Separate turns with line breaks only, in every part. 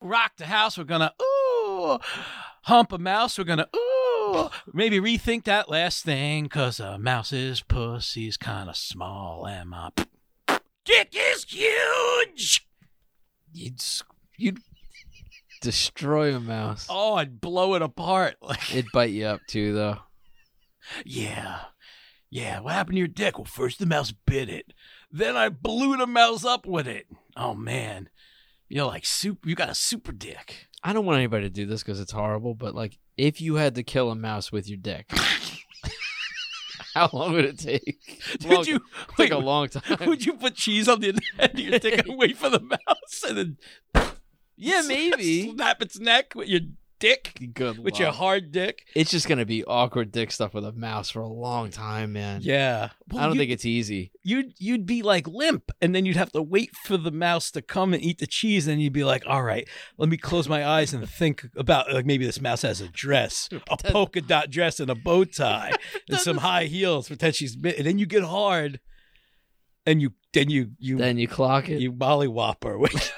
rock the house. We're gonna ooh hump a mouse. We're gonna ooh maybe rethink that last thing because a mouse's pussy's kind of small and my dick is huge.
You'd s- you'd destroy a mouse.
Oh, I'd blow it apart. Like
It'd bite you up too, though.
yeah, yeah. What happened to your dick? Well, first the mouse bit it. Then I blew the mouse up with it. Oh man, you're like super. You got a super dick.
I don't want anybody to do this because it's horrible. But like, if you had to kill a mouse with your dick, how long would it take?
Did
Long-
you
It'd
wait,
take a long time?
Would you put cheese on the end of your dick and wait for the mouse and then
yeah, maybe.
snap its neck with your dick,
Good.
with your
luck.
hard dick?
it's just gonna be awkward dick stuff with a mouse for a long time, man.
Yeah,
I don't
you,
think it's easy.
you'd you'd be like limp, and then you'd have to wait for the mouse to come and eat the cheese, and you'd be like, "All right, let me close my eyes and think about like maybe this mouse has a dress, a polka dot dress, and a bow tie, and some high heels. Pretend she's mi-" and then you get hard, and you then you you
Then you clock it.
you mollywop her with,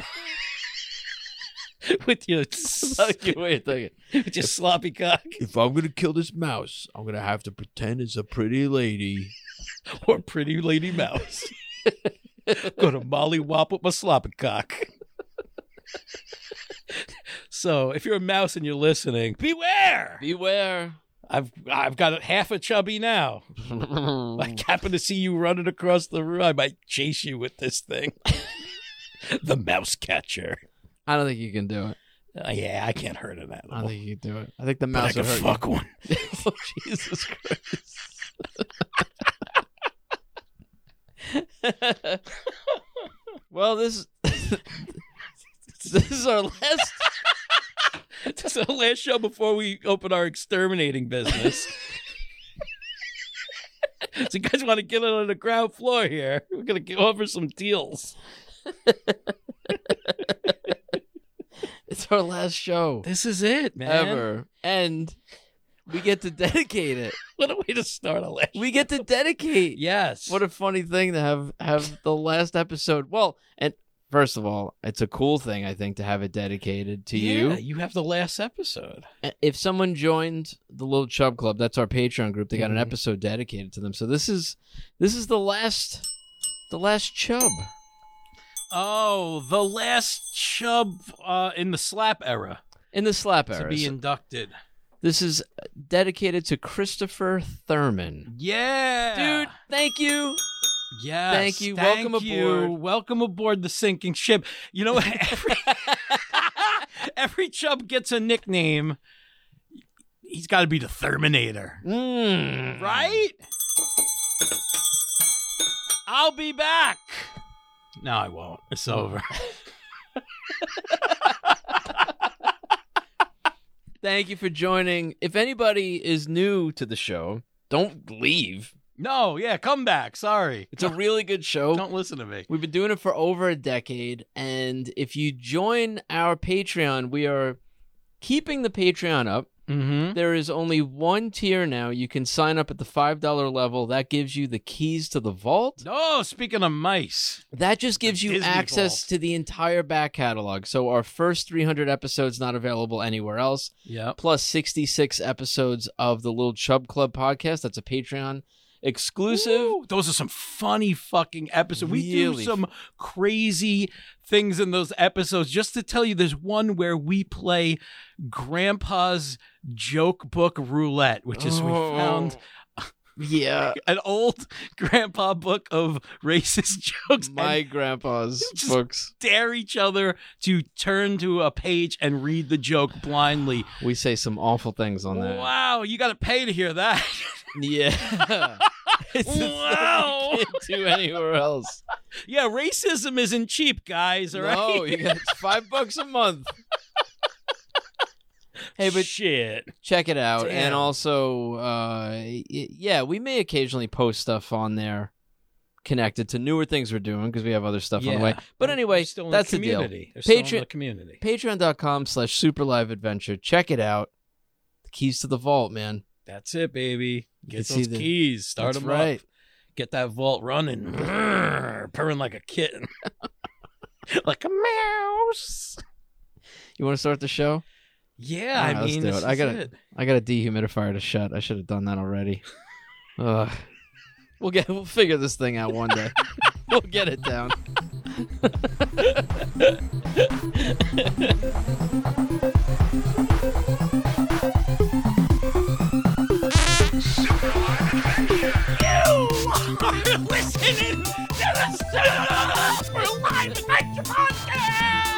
with your
Okay, wait a second.
with your sloppy cock
If I'm gonna kill this mouse, I'm gonna have to pretend it's a pretty lady.
or pretty lady mouse. Gonna mollywop with my sloppy cock. so if you're a mouse and you're listening, beware!
Beware.
I've I've got half a chubby now. I happen to see you running across the room. I might chase you with this thing. the mouse catcher.
I don't think you can do it.
Uh, yeah, I can't hurt an
I don't
animal.
think you can do it. I think the
But I
mouse
can
would hurt.
fuck one.
you. oh, Jesus Christ. well, this this is our last.
So last show before we open our exterminating business. so you guys want to get it on the ground floor here? We're gonna go over some deals.
It's our last show
This is it, man.
ever, and we get to dedicate it.
What a way to start a last.
We get to dedicate.
Yes.
What a funny thing to have have the last episode. Well, and first of all, it's a cool thing I think to have it dedicated to
Yeah,
you.
you have the last episode.
A- If someone joined the Little Chub Club, that's our Patreon group. They got an
Mhm.
episode dedicated to them. So this is this is the last the last chub.
Oh, the last chub uh, in the slap era
In the slap
to
era.
be
So
inducted.
this is dedicated to Christopher Thurman.
Yeah,
Dude, thank you.
Yes.
Thank you. Welcome
you.
aboard.
Welcome aboard the sinking ship. You know, every, every chub gets a nickname. He's got to be the Terminator,
Mm.
right? I'll be back. No, I won't. It's over.
Thank you for joining. If anybody is new to the show, don't leave.
No, yeah, come back. Sorry.
It's a really good show.
Don't listen to me.
We've been doing it for over a decade, and if you join our Patreon, we are keeping the Patreon up.
Mm-hmm.
There is only one tier now. You can sign up at the $5 level. That gives you the keys to the vault.
No, Oh, speaking of mice,
That just gives you
Disney
access
vault.
to the entire back catalog. So our first 300 episodes not available anywhere else,
yep.
plus 66 episodes of the Little Chub Club podcast. That's a Patreon exclusive.
Ooh, those are some funny fucking episodes. We do
Really
some crazy things in those episodes. Just to tell you, there's one where we play Grandpa's joke book roulette, which is we found
Oh. Yeah,
an old grandpa book of racist jokes. and
my grandpa's
Just-
books.
dare each other to turn to a page and read the joke blindly.
We say some awful things on that.
Wow, you got to pay to hear that.
Yeah. it's a thing
Wow.
You can't do anywhere else.
yeah, racism isn't cheap, guys. All right.
No, you got it's five bucks a month. Hey, but
shit.
check it out,
Damn.
and also, uh, y- yeah, we may occasionally post stuff on there connected to newer things we're doing because we have other stuff on the way.
Yeah.
But
We're
anyway,
still in
that's
the
the deal.
community. They're still in
Patreon-
the community.
Patreon.com slash Super Live Adventure. Check it out. The keys to the vault, man.
That's it, baby. Get
can see
those
the-
keys. Start
That's
them
right.
up. Get that vault running. Purring like a kitten. like a mouse.
You want to start the show?
Yeah,
All right,
I
let's
mean,
do
this
it. I
is
gotta- I got a dehumidifier to shut. I should have done that already. Ugh. We'll get. We'll figure this thing out one day. we'll get it down.
You are listening to the Cinema for Live Adventure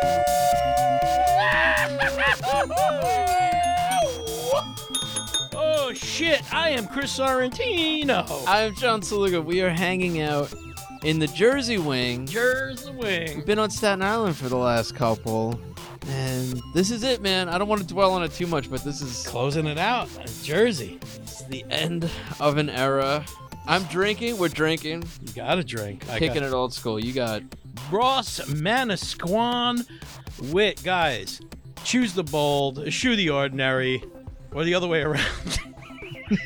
Podcast!
Oh shit! I am Chris Sorrentino.
I'm John Saluga. We are hanging out in the Jersey Wing.
Jersey wing.
We've been on Staten Island for the last couple, and this is it, man. I don't want to dwell on it too much, but this is
Closing it out, Jersey.
it's the end of an era. I'm drinking. We're drinking.
You gotta drink. I
Kicking
got
it old school. You got
Ross Manasquan wit, guys. Choose the bold, shoe the ordinary, or the other way around.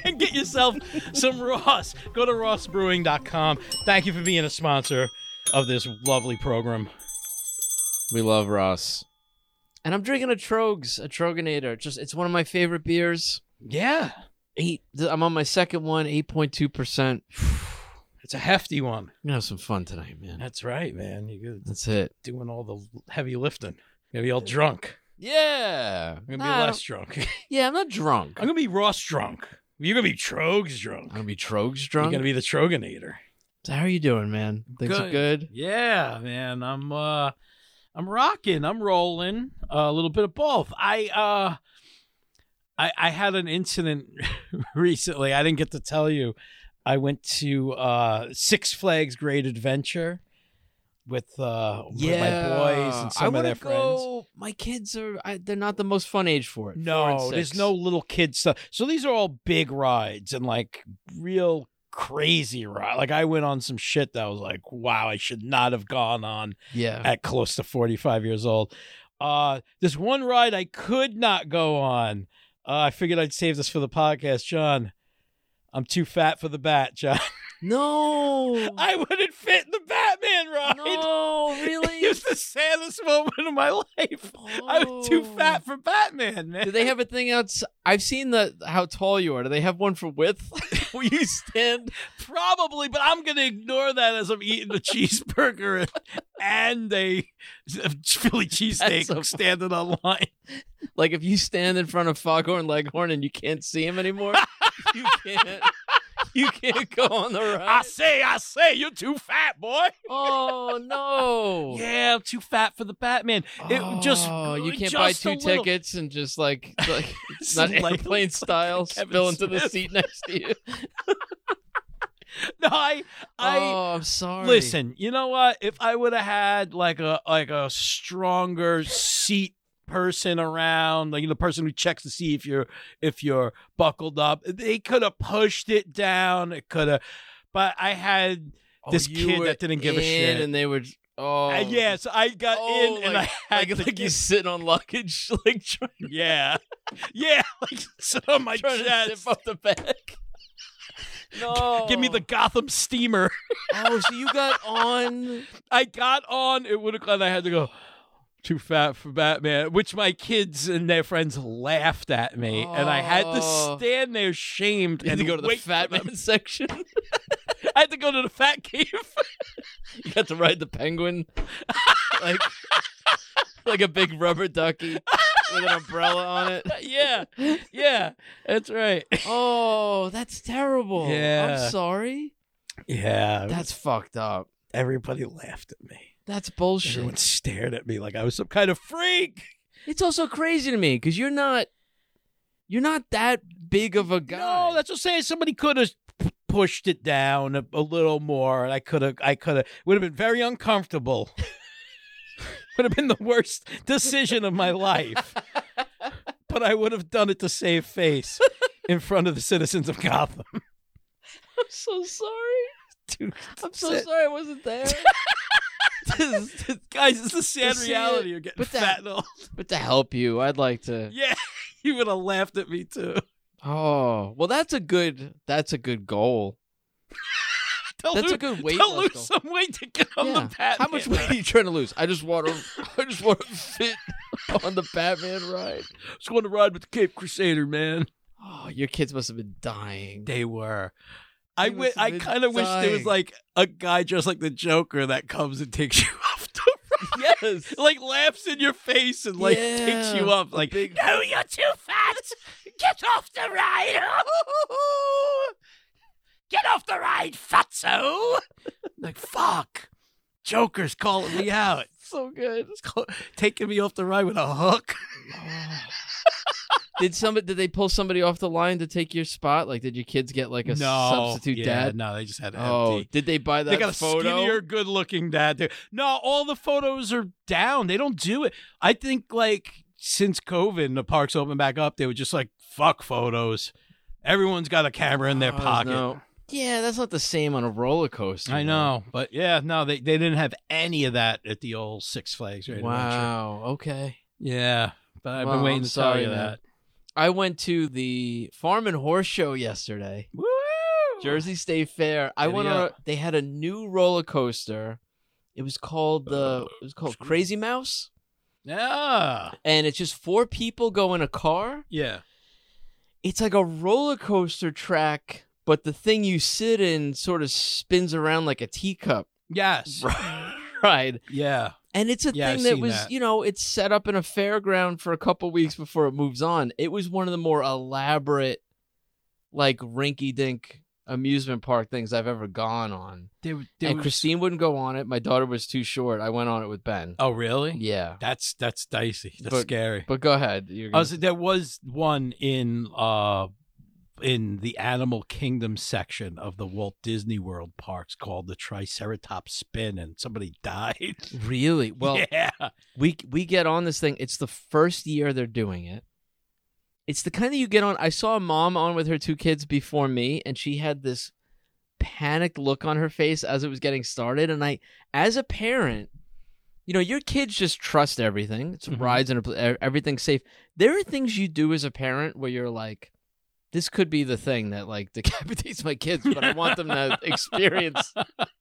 and get yourself some Ross. Go to rossbrewing.com. Thank you for being a sponsor of this lovely program.
We love Ross. And I'm drinking a Trogs, a Troganator. Just it's one of my favorite beers.
Yeah,
Eight. I'm on my second one, eight point two percent.
it's a hefty one.
Gonna have some fun tonight, man.
That's right, man. You're
That's it.
doing all the heavy lifting. Gonna be all drunk.
Yeah.
I'm gonna
Nah, I
be
don't-
less drunk.
Yeah, I'm not drunk.
I'm gonna be Ross drunk. You're gonna be Trogs drunk.
I'm gonna be Trogs
You're
drunk.
gonna be the Troganator.
So How are you doing, man? Things are good.
Yeah, man. I'm uh I'm rocking. I'm rolling. uh, a little bit of both. I uh I I had an incident recently. I didn't get to tell you. I went to uh Six Flags Great Adventure with uh with my boys and some
I
of their
wanna
friends.
go- My kids are. I, they're not the most fun age for it. Four and
No, there's
six.
no little kid stuff. So these are all big rides and like real crazy ride. Like I went on some shit that was like, wow, I should not have gone on
Yeah.
at close to 45 years old. Uh, this one ride I could not go on. Uh, I figured I'd save this for the podcast, John. I'm too fat for the bat, John.
No.
I wouldn't fit in the Batman ride.
no. Really.
It was the saddest moment of my life. I was too
Oh.
fat for Batman, man.
Do they have a thing outs I've seen the how tall you are. Do they have one for width? Will you stand?
Probably, but I'm going to ignore that as I'm eating a cheeseburger and, and a Philly cheesesteak
That's so funny.
standing on line.
Like if you stand in front of Foghorn Leghorn and you can't see him anymore, you can't. You can't go on the
I
ride.
say, I say, you're too fat, boy.
Oh no!
Yeah, I'm too fat for the Batman. It just
Oh, you can't buy
just
two
a little-
tickets and just like like it's not
Like-
airplane style
Kevin
spill into the
Smith.
seat next to you.
No, I, I
oh, I'm sorry.
listen. You know what? If I would have had like a like a stronger seat person around, like the person who checks to see if you're if you're buckled up, they could have pushed it down. It could have, but I had.
Oh,
this
you
kid
were
that didn't give a
in
shit.
and they were. Oh,
uh, yeah, so I got
Oh,
in and I
like-
had
Like,
to
like you
get-
sit on luggage, like trying,
yeah, yeah, like sit on my
trying to
chest.
zip up the back. No,
Give me the Gotham steamer.
Oh, so you got on?
I got on. It would have gone. I had to go. Too fat for Batman, which my kids and their friends laughed at me, and I had
Oh.
to stand there shamed
You had
and
to go to the
wait for
fat
them.
man section.
I had to go to the fat cave.
You got to ride the penguin, like like a big rubber ducky with an umbrella on it.
yeah, yeah, that's right.
Oh, that's terrible.
Yeah.
I'm sorry.
Yeah,
That's fucked up.
everybody laughed at me.
That's bullshit.
Everyone stared at me like I was some kind of freak.
It's also crazy to me because you're not, you're not that big of a guy.
No, that's what I'm saying. Somebody could have p- pushed it down a, a little more, and I could have. I could have. Would have been very uncomfortable. would have been the worst decision of my life. but I would have done it to save face in front of the citizens of Gotham.
I'm so sorry.
Dude,
I'm so
Sit.
sorry I wasn't there. This- this-
guys, it's the sad
To see it,
reality. You're getting
but that-
fat and old.
but to help you, I'd like to.
Yeah, you would have laughed at me too.
Oh, well, that's a good. That's a good goal.
They'll
That's
lose,
a good weight
They'll
loss,
lose some weight to get on
Yeah.
the Batman.
How much weight are you trying to lose? I just want to. I just want to fit on the Batman ride.
Just going to ride with the Cape Crusader, man.
Oh, your kids must have been dying.
They were.
They
I wi-
must have
I
been
kind of wish there was
dying.
like a guy dressed like the Joker that comes and takes you off the ride.
Yes.
like laughs in your face and like takes
Yeah,
you up. Like,
big-
no, you're too fat. Get off the ride. Get off the ride, fatso. like, fuck. Joker's calling me out.
so good.
It's call- taking me off the ride with a hook.
did somebody? Did they pull somebody off the line to take your spot? Like, did your kids get like a substitute
yeah,
dad?
No, they just had an
Oh,
empty.
did they buy that
They got a
photo?
skinnier, good-looking dad there. No, all the photos are down. They don't do it. I think like since COVID and the parks opened back up, they were just like fuck photos. Everyone's got a camera in
Oh,
their
there's
pocket.
no- Yeah, that's not the same on a roller coaster.
I
man.
know, but yeah, no, they, they didn't have any of that at the old Six Flags. Right in Winchester.
Wow. Okay.
Yeah, but I've
Well,
been waiting
I'm
to
sorry,
tell you
man.
that.
I went to the Farm and Horse Show yesterday,
Woo!
Jersey State Fair. I
Giddy
went on. a- They had a new roller coaster. It was called the. It was called Crazy Mouse,
Yeah,
and it's just four people go in a car.
yeah.
It's like a roller coaster track, but the thing you sit in sort of spins around like a teacup
Yes.
ride.
Yeah.
And it's a
Yeah,
thing
I've
that
seen
was,
that.
you know, it's set up in a fairground for a couple weeks before it moves on. It was one of the more elaborate, like rinky dink amusement park things I've ever gone on.
They, were- they
and
were-
Christine wouldn't go on it. My daughter was too short. I went on it with Ben.
Oh, really?
Yeah.
That's that's dicey. That's
But-
scary.
But go ahead. You're
I
gonna...
was, there was one in uh in the Animal Kingdom section of the Walt Disney World parks called the Triceratops Spin, and somebody died.
Really? Well,
yeah,
we we get on this thing. It's the first year they're doing it. It's the kind that you get on. I saw a mom on with her two kids before me, and she had this panicked look on her face as it was getting started. And I, as a parent, you know, your kids just trust everything. It's
Mhm.
rides and a pl- e- everything's safe. There are things you do as a parent where you're like, this could be the thing that like decapitates my kids, but I want them to experience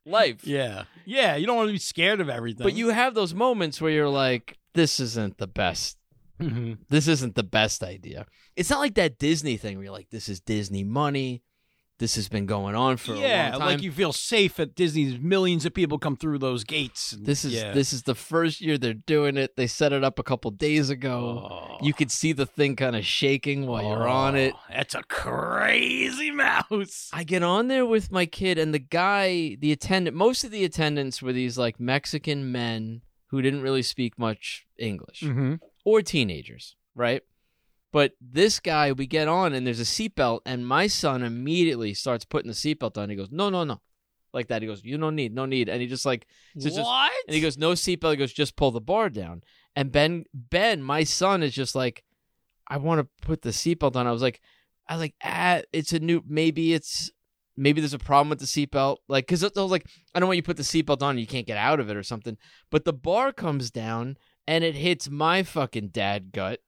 life.
yeah, yeah. You don't want to be scared of everything.
But you have those moments where you're like, this isn't the best
Mhm.
this isn't the best idea. It's not like that Disney thing where you're like, this is Disney money. This has been going on for
yeah,
a long time.
like you feel safe at Disney's. Millions of people come through those gates. and-
this is
yeah.
this is the first year they're doing it. They set it up a couple days ago.
Oh.
You could see the thing kind of shaking while you're on it.
Oh, That's a crazy mouse.
I get on there with my kid and the guy, the attendant, most of the attendants were these like Mexican men who didn't really speak much English.
Mm-hmm.
or teenagers, right? But this guy, we get on and there's a seatbelt, and my son immediately starts putting the seatbelt on. He goes, No, no, no. Like that. He goes, You don't need, no need. And he just like So it's just-
what?
and he goes, No seatbelt. He goes, just pull the bar down. And Ben Ben, my son, is just like, I want to put the seatbelt on. I was like, I was like, ah, it's a new maybe it's maybe there's a problem with the seatbelt. Like, cause I was like, I don't want you to put the seatbelt on and you can't get out of it or something. But the bar comes down and it hits my fucking dad gut.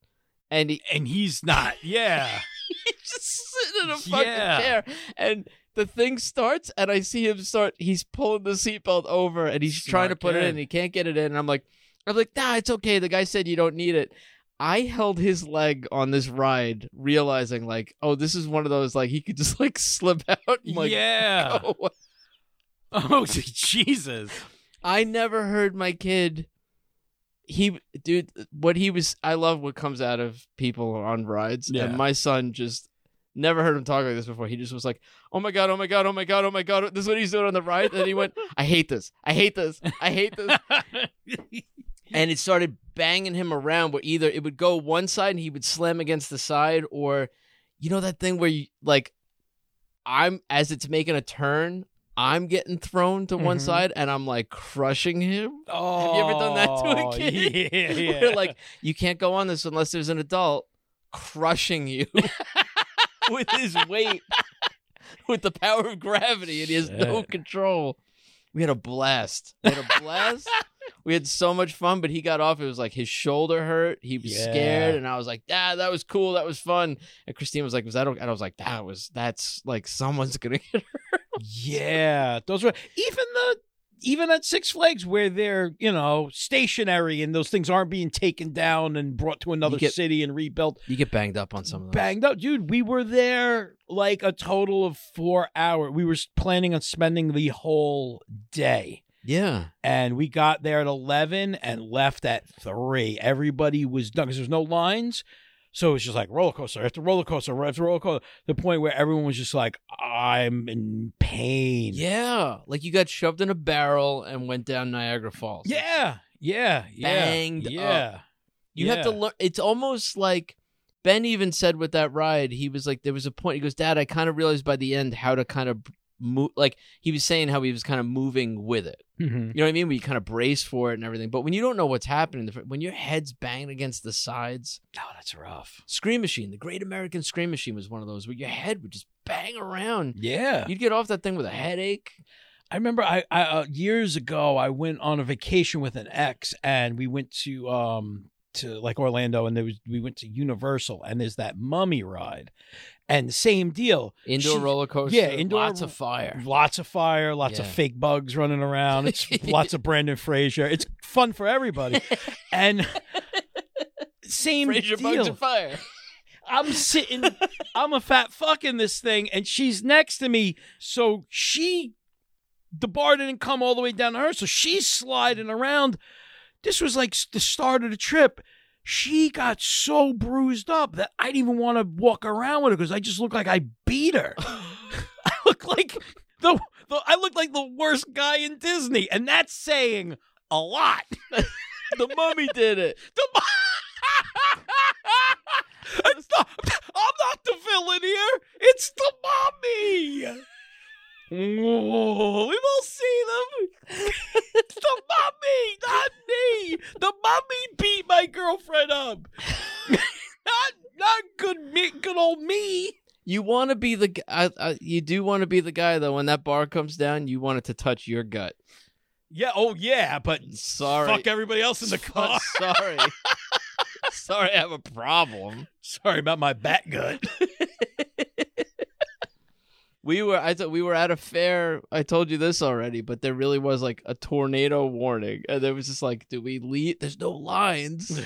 And he,
and he's not. Yeah.
he's just sitting in a fucking
Yeah.
chair. And the thing starts, and I see him start. He's pulling the seatbelt over, and he's trying to
Smart
put it
kid.
in. He can't get it in. And I'm like, I'm like, nah, it's okay. The guy said you don't need it. I held his leg on this ride, realizing like, oh, this is one of those like he could just like slip out. And, like,
yeah.
go away.
Oh Jesus!
I never heard my kid. He, dude, what he was. I love what comes out of people on rides.
Yeah.
And my son just never heard him talk like this before. He just was like, "Oh my god, oh my god, oh my god, oh my god." This is what he's doing on the ride. And he went, "I hate this. I hate this. I hate this." and it started banging him around. Where either it would go one side and he would slam against the side, or you know that thing where you like, I'm as it's making a turn. I'm getting thrown to one
Mhm.
side and I'm like crushing him.
oh,
you ever done that to a kid?
Yeah, yeah.
Where, like you can't go on this unless there's an adult crushing you with his weight, with the power of gravity, and he has no
Shit.
control. We had a blast. We had a blast. we had so much fun, but he got off. It was like his shoulder hurt. He was
Yeah.
scared, and I was like, "Ah, that was cool. That was fun." And Christine was like, "Was that?" Okay? And I was like, "That was that's like someone's gonna get hurt."
Yeah, those were even the even at Six Flags where they're you know stationary and those things aren't being taken down and brought to another
get-
city and rebuilt.
You get banged up on some of those.
Banged up, dude. We were there like a total of four hours. We were s- planning on spending the whole day.
Yeah.
And we got there at 11 and left at 3. Everybody was done because there's no lines. So it's just like roller coaster after roller coaster after roller coaster. The point where everyone was just like, I'm in pain.
Yeah. Like you got shoved in a barrel and went down Niagara Falls.
Yeah. Yeah. Yeah.
Banged up.
yeah.
You have to
yeah.
learn. It's almost like Ben even said with that ride, he was like, there was a point. He goes, Dad, I kind of realized by the end how to kind of move. Like he was saying how he was kind of moving with it.
Mhm.
You know what I mean? We kind of brace for it and everything. But when you don't know what's happening, the fr- when your head's banging against the sides,
Oh, that's rough.
Scream Machine, the Great American Scream Machine was one of those where your head would just bang around.
Yeah.
You'd get off that thing with a headache.
I remember I, I uh, years ago I went on a vacation with an ex and we went to um to like Orlando and there was we went to Universal and there's that mummy ride and same deal
Indoor
She-
roller coaster.
yeah, indoor-
Lots of fire.
lots of fire lots of
Yeah.
fake bugs running around it's lots of Brandon Fraser it's fun for everybody and same
Fraser
deal
bugs are fire.
I'm sitting, I'm a fat fuck in this thing, and she's next to me. So she, the bar didn't come all the way down to her, so she's sliding around. This was like s- the start of the trip. She got so bruised up that I didn't even want to walk around with her because I just looked like I beat her. I look like the, the I look like the worst guy in Disney, and that's saying a lot.
the mummy did it.
The mo- it's the, I'm not the villain here. It's the mommy. Whoa, We've all seen them. It's the mommy, not me. The mommy beat my girlfriend up. not not good me, good old me.
You want to be the g- I, I, you do want to be the guy though. When that bar comes down, you want it to touch your gut.
Yeah, oh yeah, but
Sorry,
fuck everybody else in the
Fuck,
car.
Sorry, sorry, I have a problem.
Sorry about my bat gut.
We were I thought we were at a fair. I told you this already, but there really was like a tornado warning, and there was just like, do we leave? There's no lines.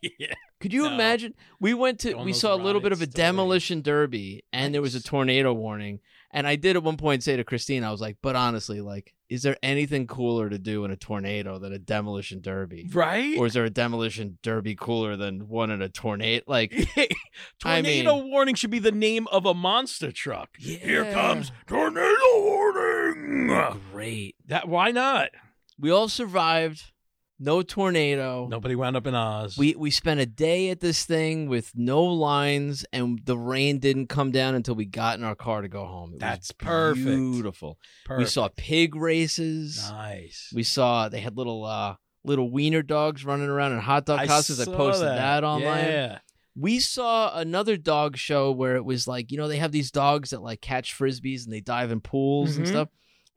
yeah.
Could you
No.
imagine? We went to
Go on
we
those
saw a little bit of a
rides, don't worry.
demolition derby, and there was a
Nice.
tornado warning. And I did at one point say to Christine, I was like, "But honestly, like, is there anything cooler to do in a tornado than a demolition derby?"
Right?
Or is there a demolition derby cooler than one in a tornado? Like, I mean-
tornado warning should be the name of a monster truck. Here
Yeah.
comes tornado warning.
great.
That why not?
We all survived. No tornado.
Nobody wound up in Oz.
We we spent a day at this thing with no lines, and the rain didn't come down until we got in our car to go home. It was
That's perfect.
Beautiful. We saw pig races.
nice.
We saw they had little uh little wiener dogs running around in hot dog costumes. I
saw
posted that, online.
Yeah.
We saw another dog show where it was like, you know, they have these dogs that like catch frisbees and they dive in pools and
Mhm.
stuff.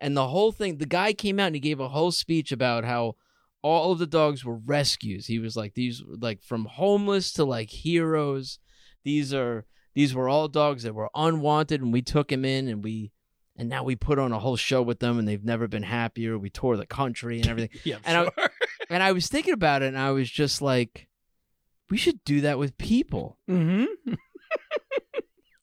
And the whole thing, the guy came out and he gave a whole speech about how all of the dogs were rescues. He was like, these were, like from homeless to like heroes. These are these were all dogs that were unwanted and we took him in and we and now we put on a whole show with them and they've never been happier. We tour the country and everything.
Yeah.
And I-
sure.
and I was thinking about it and I was just like, we should do that with people.
mm-hmm.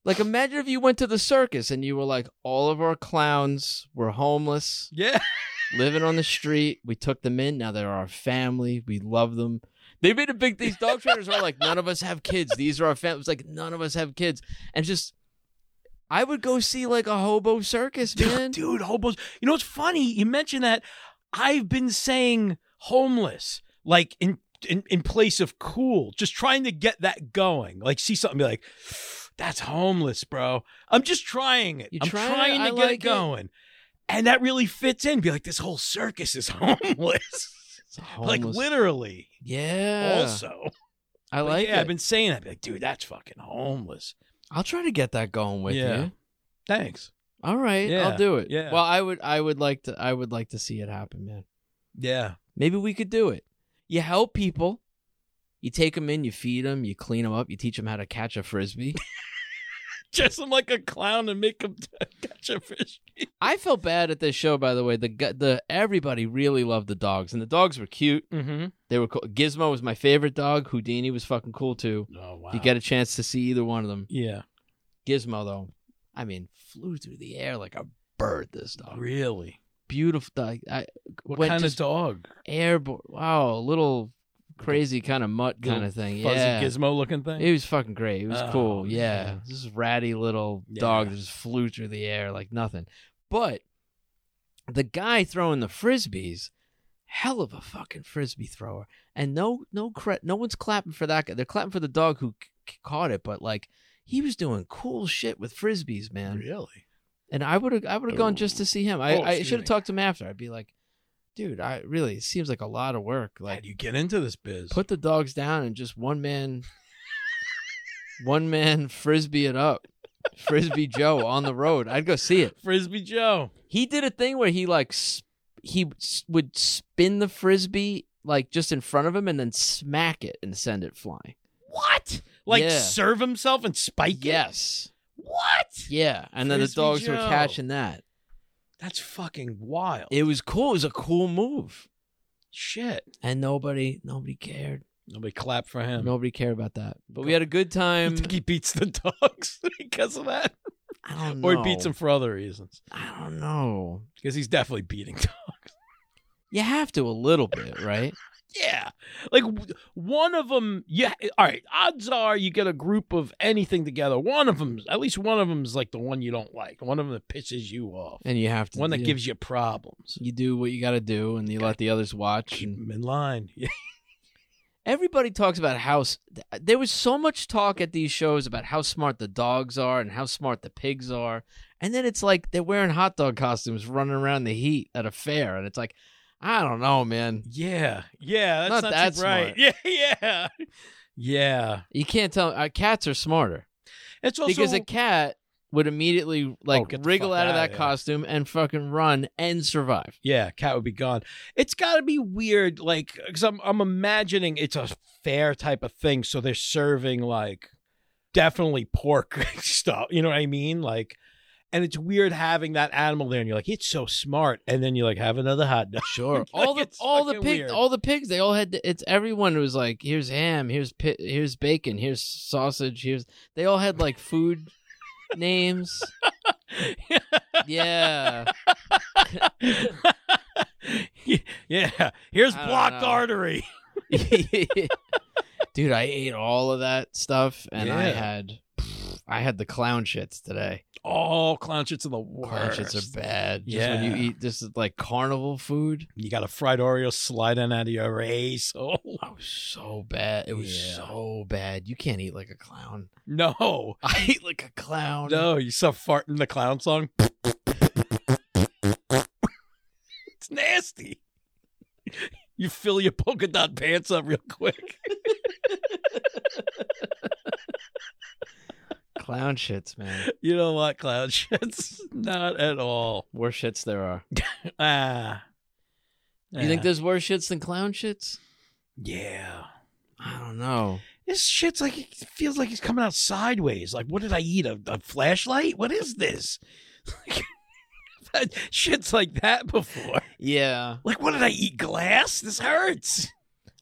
Like, imagine if you went to the circus and you were like, all of our clowns were homeless,
Yeah.
living on the street. We took them in. Now they're our family. We love them. They made a big. These dog trainers are like, none of us have kids. These are our families. Like, none of us have kids. And just, I would go see like a hobo circus, man.
Dude, hobos. You know what's funny? You mentioned that I've been saying homeless, like in, in in place of cool, just trying to get that going. Like see something, be like, that's homeless, bro. I'm just trying it.
You
I'm
trying it?
trying to
I
get
like
it
it.
going. And that really fits in. Be like, this whole circus is homeless.
It's a
like
homeless-
literally.
yeah.
Also.
I
But
like
yeah,
it.
I've been saying that. Be like, dude, that's fucking homeless.
I'll try to get that going with
Yeah.
you.
Thanks.
All right, I'll
Yeah,
do it.
yeah.
Well, I would, I would like to, I would like to see it happen, man.
Yeah.
Maybe we could do it. You help people. You take them in, you feed them, you clean them up, you teach them how to catch a frisbee.
dress him like a clown and make him catch a fish.
I felt bad at this show, by the way. The gu- the everybody really loved the dogs, and the dogs were cute.
Mm-hmm.
They were cool. Gizmo was my favorite dog. Houdini was fucking cool too.
Oh wow.
If you get a chance to see either one of them,
yeah.
Gizmo though, I mean, flew through the air like a bird. This dog,
Really?
beautiful dog. I,
What
Went
kind
just-
of dog?
airborne. Wow, a little crazy kind of mutt kind of thing.
Fuzzy
yeah,
gizmo looking thing.
It was fucking great. It was
Oh,
cool. Yeah.
yeah.
This ratty little dog
Yeah.
that just flew through the air like nothing. But the guy throwing the frisbees, hell of a fucking frisbee thrower. And no no cre- no one's clapping for that guy. They're clapping for the dog who c- c- caught it, but like he was doing cool shit with frisbees, man.
really?
And I would have I would have gone just to see him. I,
Oh,
I
excuse
should have
me.
talked to him after. I'd be like, dude, I really it seems like a lot of work.
Like,
Like
How do you get into this biz?
put the dogs down and just one man one man frisbee it up frisbee joe on the road i'd go see it
Frisbee Joe.
he did a thing where he like s- he s- would spin the frisbee like just in front of him and then smack it and send it flying
What? Like
Yeah.
serve himself and spike it?
yes
What?
yeah and then the
Frisbee
dogs were
Joe.
catching that
That's fucking wild.
it was cool it was a cool move
Shit.
and nobody nobody cared
Nobody clap for him.
nobody cared about that but we had a good
You
time
think he beats the dogs because of that?
i don't know
Or he beats them for other reasons.
i don't know
Because he's definitely beating dogs.
you have to a little bit right
Yeah. Like w- one of them, yeah. All right. Odds are you get a group of anything together. One of them, at least one of them's like the one you don't like. One of them that pisses you off.
and you have to
One that
you,
gives you problems.
you do what you got to do and you let the others watch
Keep
and
them in line. Yeah.
everybody talks about how s- th- uh, there was so much talk at these shows about how smart the dogs are and how smart the pigs are and then it's like they're wearing hot dog costumes running around the heat at a fair and it's like i don't know man
Yeah. Yeah. That's
Not
not,
that
too right.
smart.
Yeah. Yeah. Yeah.
you can't tell uh, cats are smarter
It's also
because a cat would immediately like
Oh, get the
wriggle
fuck
out of
outta
that
here.
costume and fucking run and survive
Yeah, cat would be gone. It's got to be weird, like, because I'm, I'm imagining it's a fair type of thing. So they're serving, like, definitely pork stuff. You know what I mean? Like, and it's weird having that animal there, and you're like, it's so smart. And then you like, have another hot dog.
Sure.
Like,
all the
it's
all the
fucking
pig
weird.
all the pigs they all had it's everyone was like here's ham, here's pi- here's bacon, here's sausage, here's they all had like food names. Yeah.
yeah, here's
I don't
blocked
know.
artery.
Dude, I ate all of that stuff and I
Yeah.
had I had the clown shits today.
Oh, clown shits are the
Clown
worst.
shits are bad. Just when you
Yeah.
eat this is like carnival food.
You got a fried Oreo sliding out of your asshole.
Oh, so bad. It was
Yeah.
so bad. You can't eat like a clown.
No,
I ate like a clown.
No, you saw farting the clown song. it's nasty. You fill your polka dot pants up real quick.
Clown shits, man.
You don't want clown shits. Not at all.
Worse shits there are.
Ah.
You think
Ah.
there's worse shits than clown shits?
Yeah.
I don't know.
This shit's like, it feels like he's coming out sideways. Like, what did I eat? A, a flashlight? What is this? I've had shit's like that before.
Yeah.
Like, what did I eat? Glass? This hurts.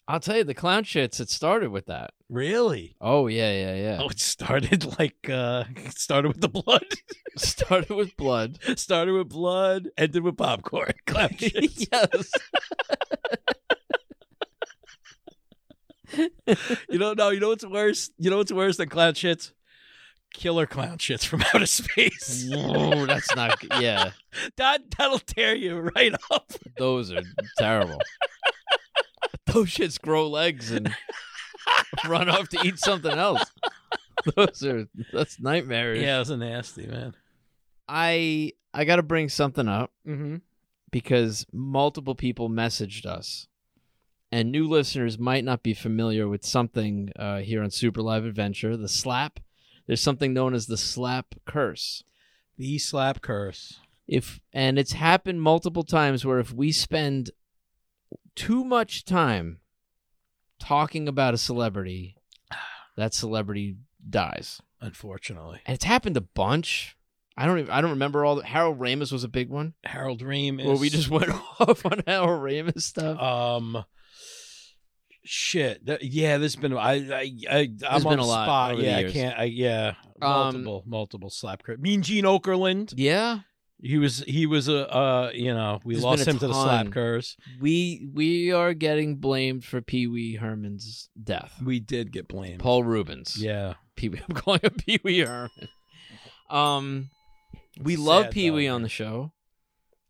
I'll tell you, the clown shits, it started with that.
Really?
Oh, yeah, yeah, yeah.
Oh, it started like uh it started with the blood.
started with blood.
started with blood, ended with popcorn. Clap shits.
yes.
you know, no, you know what's worse? You know what's worse than clown shits? Killer clown shits from outer space.
Whoa, that's not good. Yeah.
That that'll tear you right up.
Those are terrible. Those shits grow legs and run off to eat something else. Those are, that's nightmarish.
Yeah, it was a nasty man.
I, I got to bring something up.
Mm-hmm.
because multiple people messaged us. And new listeners might not be familiar with something uh, here on Super Live Adventure the slap. There's something known as the slap curse.
The slap curse.
If and it's happened multiple times where if we spend too much time talking about a celebrity, that celebrity dies.
unfortunately.
And it's happened a bunch. I don't even, I don't remember all the Harold Ramis was a big one.
Harold Ream is
Where we just went off on Harold Ramis stuff.
um shit. That- yeah, there's been I I, I I'm on
been
the
a lot
spot.
over the
yeah, I
years.
can't I yeah,
Um,
multiple multiple slap crit. Mean Gene Okerlund.
yeah.
He was he was a uh you know, we
There's been
lost
a
him to the slap
ton.
curse.
We we are getting blamed for Pee Wee Herman's death.
We did get blamed.
Paul Rubens.
Yeah.
Pee Wee. I'm calling him Pee Wee Herman. Um, we
Sad,
love Pee
though.
Wee on the show.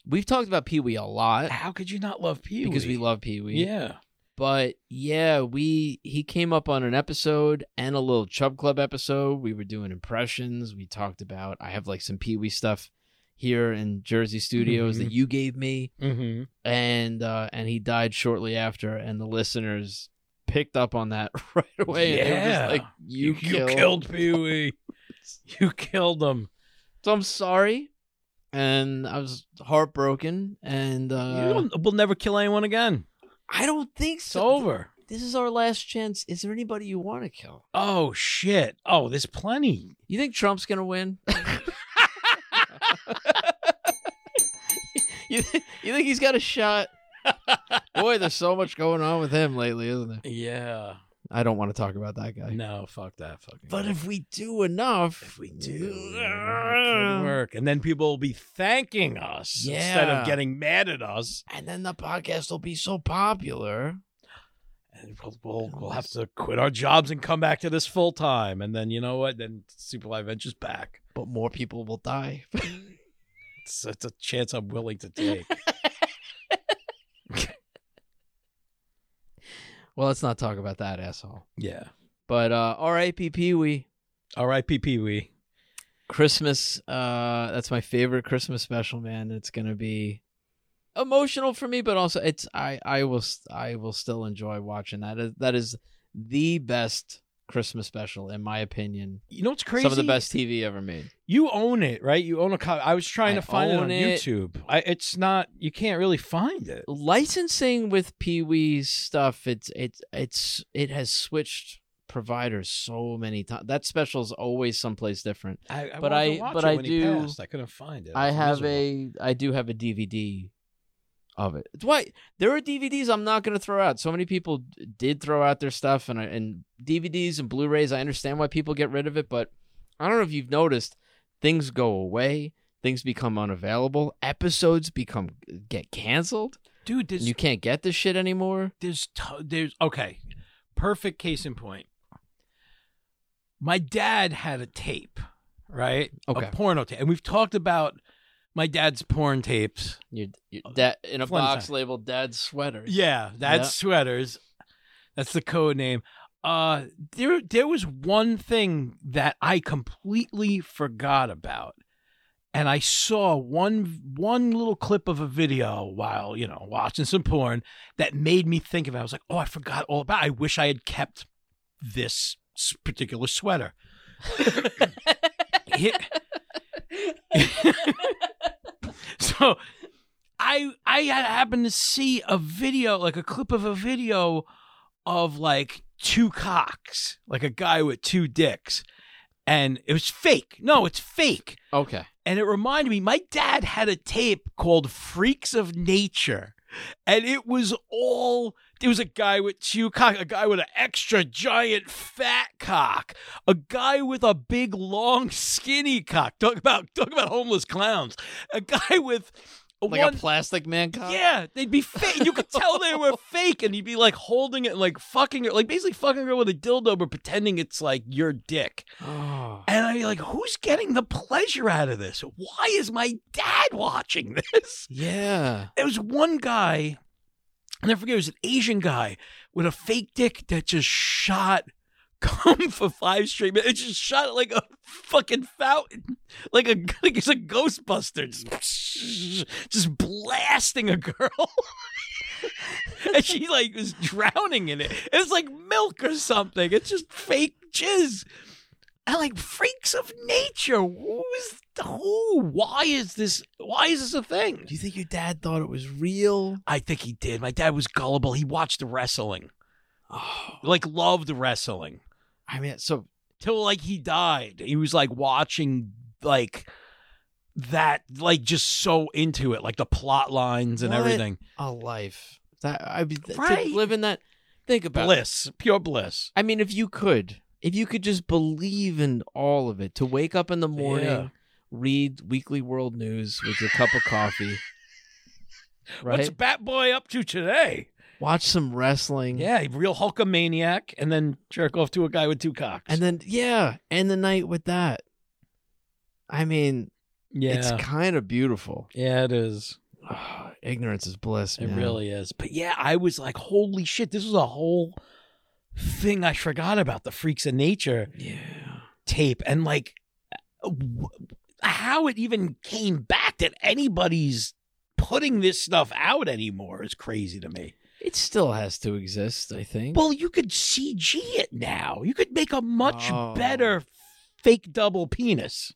We've talked about Pee Wee a lot
How could you not love Pee Wee?
because we love Pee Wee.
Yeah.
But yeah, we he came up on an episode and a little Chub Club episode. We were doing impressions. We talked about I have like some Pee Wee stuff here in Jersey Studios
Mhm.
that you gave me,
Mm-hmm.
and uh, and he died shortly after, and the listeners picked up on that right away. And they were just
Yeah.
like you, killed.
Pee Wee. you killed him.
So I'm sorry, and I was heartbroken, and
you
uh,
don't, we'll never kill anyone again.
I don't think
It's
so.
over.
This is our last chance. Is there anybody you want to kill?
Oh shit. Oh, there's plenty.
You think Trump's gonna win? you, th- you think he's got a shot? Boy, there's so much going on with him lately, isn't there?
Yeah.
I don't want to talk about that guy.
No, fuck that fucking.
But
guy.
if we do enough,
if we do yeah, it could work, and then people will be thanking us instead
Yeah.
of getting mad at us,
and then the podcast will be so popular.
and we'll, we'll, we'll have to quit our jobs and come back to this full time, and then you know what? Then Super Live Ventures back.
but more people will die.
It's, it's a chance I'm willing to take.
well, let's not talk about that asshole.
yeah.
But uh, R.I.P. Pee Wee.
R.I.P. Pee Wee.
Christmas. Uh, that's my favorite Christmas special, man. It's gonna be emotional for me, but also it's I I will st- I will still enjoy watching that. Is- That is the best Christmas special in my opinion.
You know what's crazy?
Some of the best TV ever made.
You own it, right? You own a copy. I was trying
I
to find it
own
on
it.
YouTube. I, it's not. You can't really find it.
Licensing with Pee Wee's stuff, it's it's it's it has switched providers so many times. That special's always someplace different.
I, I
But
wanted
I-
to watch
but
it
I
when he
do-
passed. I couldn't find it.
I
It's
have
miserable.
a I do have a DVD of it. It's why there are DVDs I'm not going to throw out. So many people d- did throw out their stuff and I- and DVDs and Blu-rays. I understand why people get rid of it, but I don't know if you've noticed things go away, things become unavailable, episodes become get canceled.
dude.
and
There's
you can't get this shit anymore.
there's to- there's okay. Perfect case in point. My dad had a tape, right?
Okay.
A porno tape, and we've talked about my dad's porn tapes.
You're, you're da- in a
Fun
box
fact.
labeled "Dad's Sweater."
Yeah, that's
Yeah.
sweaters. That's the code name. Uh there there was one thing that I completely forgot about. And I saw one one little clip of a video while, you know, watching some porn that made me think of it. I was like, "Oh, I forgot all about. I wish I had kept this s- particular sweater." Here- so I I had happened to see a video, like a clip of a video of like two cocks, like a guy with two dicks. And it was fake. No, it's fake.
Okay.
And it reminded me, my dad had a tape called Freaks of Nature. And it was all there was a guy with two cock, a guy with an extra giant fat cock, a guy with a big long skinny cock. Talk about talk about homeless clowns. A guy with a
Like
one
a plastic man cock.
yeah, they'd be fake. You could tell they were fake, and you'd be like holding it, like fucking her, like basically fucking her with a dildo, but pretending it's like your dick.
Oh.
And I'd be like, who's getting the pleasure out of this? Why is my dad watching this?
Yeah.
There was one guy, and I forget, it was an Asian guy with a fake dick that just shot cum for five straight minutes. It just shot like a fucking fountain, like a like it's a Ghostbuster, just, just blasting a girl. and she like was drowning in it. It's like milk or something. It's just fake jizz. And like freaks of nature. Who is who? Why is this? Why is this a thing?
Do you think your dad thought it was real?
I think he did. My dad was gullible. He watched wrestling,
Oh,
like loved wrestling.
I mean, so
till like he died. He was like watching like that, like just so into it, like the plot lines and
What?
everything.
a life. That I mean, th- to
Right.
live in that. Think about it.
Bliss, pure bliss.
I mean, if you could, if you could just believe in all of it, to wake up in the morning,
Yeah.
read Weekly World News with your cup of coffee, right?
What's Bat Boy up to today?
Watch some wrestling,
Yeah, real Hulkamaniac, and then jerk off to a guy with two cocks.
and then yeah, end the night with that. I mean,
yeah,
it's kind of beautiful.
yeah, it is.
Ah, ignorance is bliss.
It
man.
really is. But yeah, I was like, holy shit, this was a whole thing I forgot about the Freaks of Nature
Yeah.
tape and like w- how it even came back that anybody's putting this stuff out anymore is crazy to me.
It still has to exist, I think.
Well, you could CG it now. You could make a much
Oh.
better fake double penis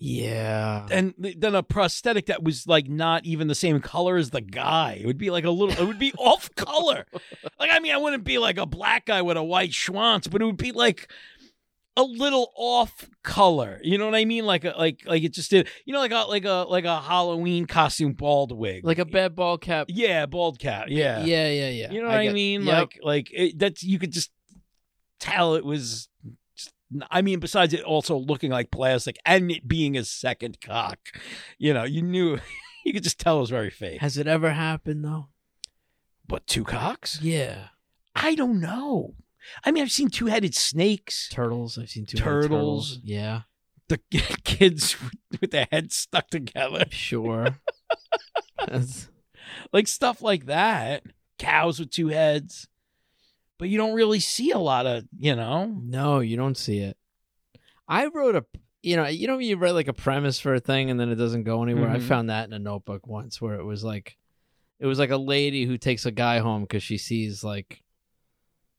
yeah.
and th- then a prosthetic that was like not even the same color as the guy. It would be like a little. It would be off color. Like I mean, I wouldn't be like a black guy with a white schwanz, but it would be like a little off color. You know what I mean? Like a, like like it just did. You know, like a like a like a Halloween costume bald wig.
like a bad ball cap.
yeah, bald cat.
Yeah,
Yeah,
yeah, yeah. yeah.
You know what I,
get-
mean?
Yep.
Like like it, that's you could just tell it was. just- I mean, besides it also looking like plastic and it being a second cock, you know, you knew you could just tell it was very fake.
Has it ever happened though?
But two cocks?
Yeah.
I don't know. I mean, I've seen two-headed snakes.
Turtles. I've seen two
Turtles.
turtles. Yeah,
The kids with their heads stuck together,
sure. That's-
like stuff like that. Cows with two heads. But you don't really see a lot of, you know.
no, you don't see it. I wrote a, you know, you know, when you write like a premise for a thing and then it doesn't go anywhere. I
Mhm.
found that in a notebook once where it was like, it was like a lady who takes a guy home because she sees like,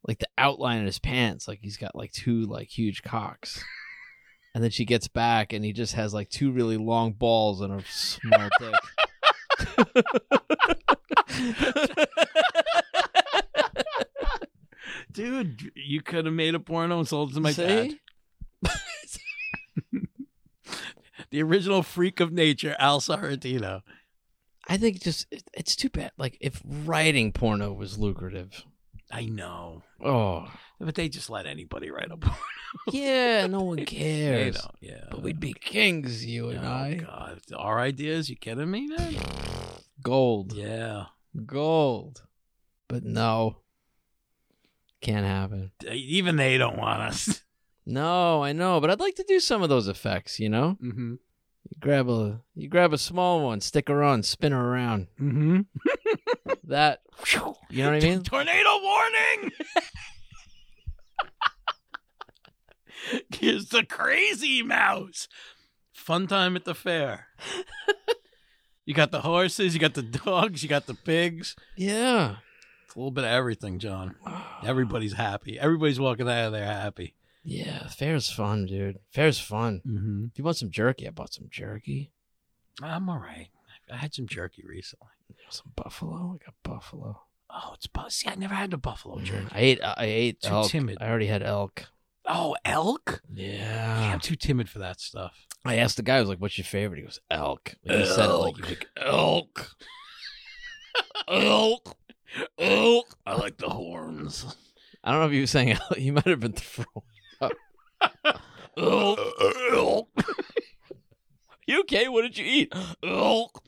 like the outline of his pants, like he's got like two like huge cocks. And then she gets back, and he just has like two really long balls and a small dick.
Dude, you could have made a porno and sold it to
See?
The original freak of nature, Al Sorrentino.
I think just it- it's too bad. Like if writing porno was lucrative,
I know.
oh
But they just let anybody write a
yeah, no one
porno.
cares.
Yeah.
But we'd be kings, you
Oh,
and I.
God. Our ideas, you kidding me, man?
Gold,
yeah.
gold. But no, can't happen.
They- Even they don't want us.
No, I know, but I'd like to do some of those effects. You know,
Mm-hmm.
you grab a you grab a small one, stick her on, spin her around.
Mm-hmm.
That you know what I mean?
Tornado warning! Here's the crazy mouse. Fun time at the fair. you got the horses, you got the dogs, you got the pigs.
Yeah.
It's a little bit of everything, John. Everybody's happy. Everybody's walking out of there happy.
Yeah, fair's fun, dude. Fair's fun.
Mm-hmm.
If you want some jerky, I bought some jerky.
I'm all right. I had some jerky recently.
Some buffalo. I got buffalo.
Oh, it's bu- see, I never had the buffalo jerky.
I ate. I ate
Too
elk.
timid.
I already had elk.
Oh, elk? Yeah,
Yeah.
I'm too timid for that stuff.
I asked the guy. I was like, "What's your favorite?" He goes, "Elk." Like, He said it like, he was like,
elk. elk. Elk. I like the horns.
I don't know if he was saying elk. He might have been throwing.
Elk. Elk.
You okay? What did you eat?
Elk.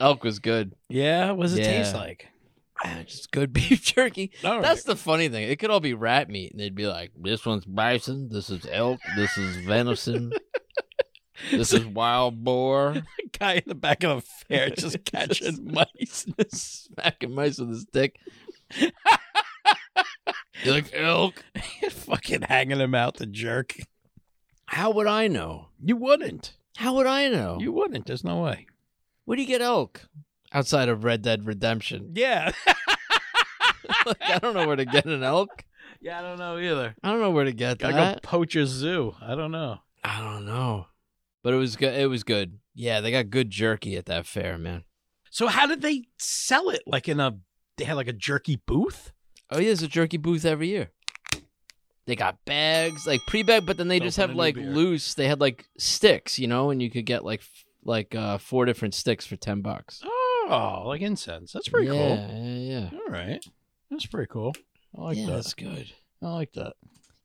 Elk was good.
Yeah, what does it taste
Yeah.
like?
Ah, Just good beef jerky.
All right.
That's the funny thing. It could all be rat meat, and they'd be like, "This one's bison. This is elk. This is venison. This is wild boar."
the guy in the back of the fair just catching mice.
Smacking mice with his dick. You're like elk.
Fucking hanging him out the jerk.
How would I know?
You wouldn't.
How would I know?
You wouldn't. There's no way.
Where do you get elk? Outside of Red Dead Redemption.
Yeah.
like, I don't know where to get an elk.
yeah, I don't know either.
I don't know where to get
Gotta
that.
go poacher zoo. I don't know.
I don't know. But it was good. It was good. Yeah, they got good jerky at that fair, man.
So how did they sell it? Like in a they had like a jerky booth?
Oh yeah, there's a jerky booth every year. They got bags, like pre bag, but then they
Let's
just
open
have
a new
like
beer.
loose. They had like sticks, you know, and you could get like f- like uh, four different sticks for ten bucks.
Oh, like incense. That's pretty
yeah,
cool.
Yeah, yeah,
All right. That's pretty cool. I like
yeah.
that.
That's good.
I like that.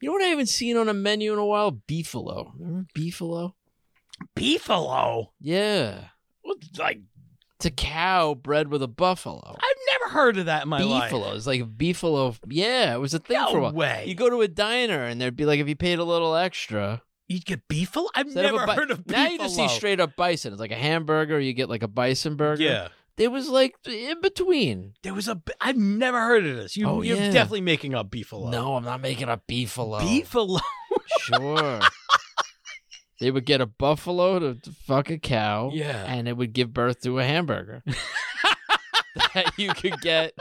You know what I haven't seen on a menu in a while? Beefalo. Remember beefalo?
Beefalo.
Yeah,
Oh. What, like
it's a cow bred with a buffalo.
I've never heard of that in my life.
beefalo. It's like a beefalo. Yeah, it was a thing
No
for a while.
way.
You go to a diner and there'd be like, if you paid a little extra,
You'd get beefalo. I've
Instead of
never
a bi-
heard of beefalo.
now you just see straight up bison. It's like a hamburger. You get like a bison burger.
Yeah,
it was like in between.
there was a. b- I've never heard of this. You,
Oh,
you're
yeah.
definitely making up beefalo.
No, I'm not making a
Oh.
beefalo.
beefalo.
sure. they would get a buffalo to, to fuck a cow,
Yeah.
and it would give birth to a hamburger that you could get.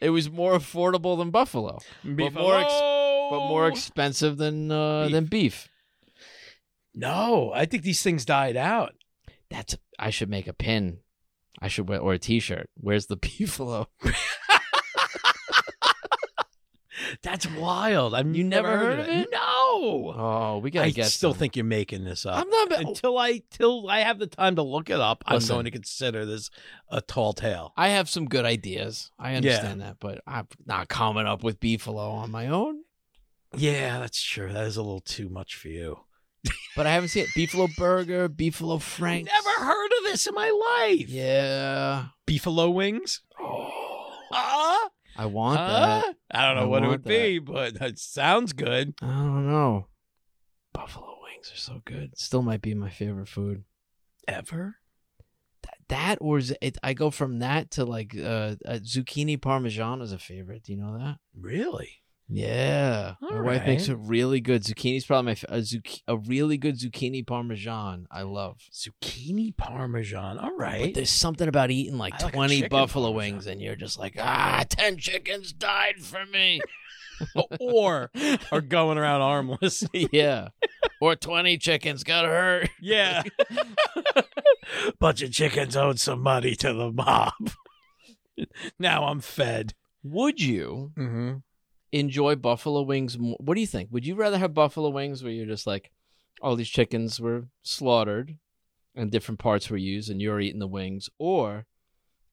It was more affordable than buffalo,
Beefalo.
more but more expensive than uh,
Beef.
than beef.
no, I think these things died out.
That's I should make a pin. I should wear or a T-shirt. Where's the beefalo?
That's wild. I've
You never heard of it?
No.
Oh, we gotta
I
get.
still
some.
think you're making this up.
I'm not.
until I till I have the time to look it up,
Listen.
I'm going to consider this a tall tale.
I have some good ideas. I understand that, but I'm not coming up with beefalo on my own.
Yeah, that's true. That is a little too much for you.
But I haven't seen it. Beefalo burger, beefalo Frank.
Never heard of this in my life.
Yeah.
Beefalo wings. Oh. Uh,
I want
uh,
that.
I don't know
I
what it
want
would be, but it sounds good.
I don't know. Buffalo wings are so good. Still might be my favorite food.
Ever?
Th- That or is it, I go from that to like uh, uh, zucchini parmesan is a favorite. Do you know that?
Really?
Yeah, my wife
Alright.
makes a really good zucchini's probably my f- a, zuc- a really good zucchini parmesan. I love.
Zucchini parmesan. All
But
right.
there's something about eating like
I like a
20
chicken
buffalo
parmesan.
wings and you're just like, ah, 10 chickens died for me.
or are going around armless.
yeah. Or 20 chickens got hurt.
yeah. Bunch of chickens owed some money to the mob. now I'm fed.
Would you
Mm-hmm.
enjoy buffalo wings more? What do you think? Would you rather have buffalo wings where you're just like, all these chickens were slaughtered and different parts were used and you're eating the wings? Or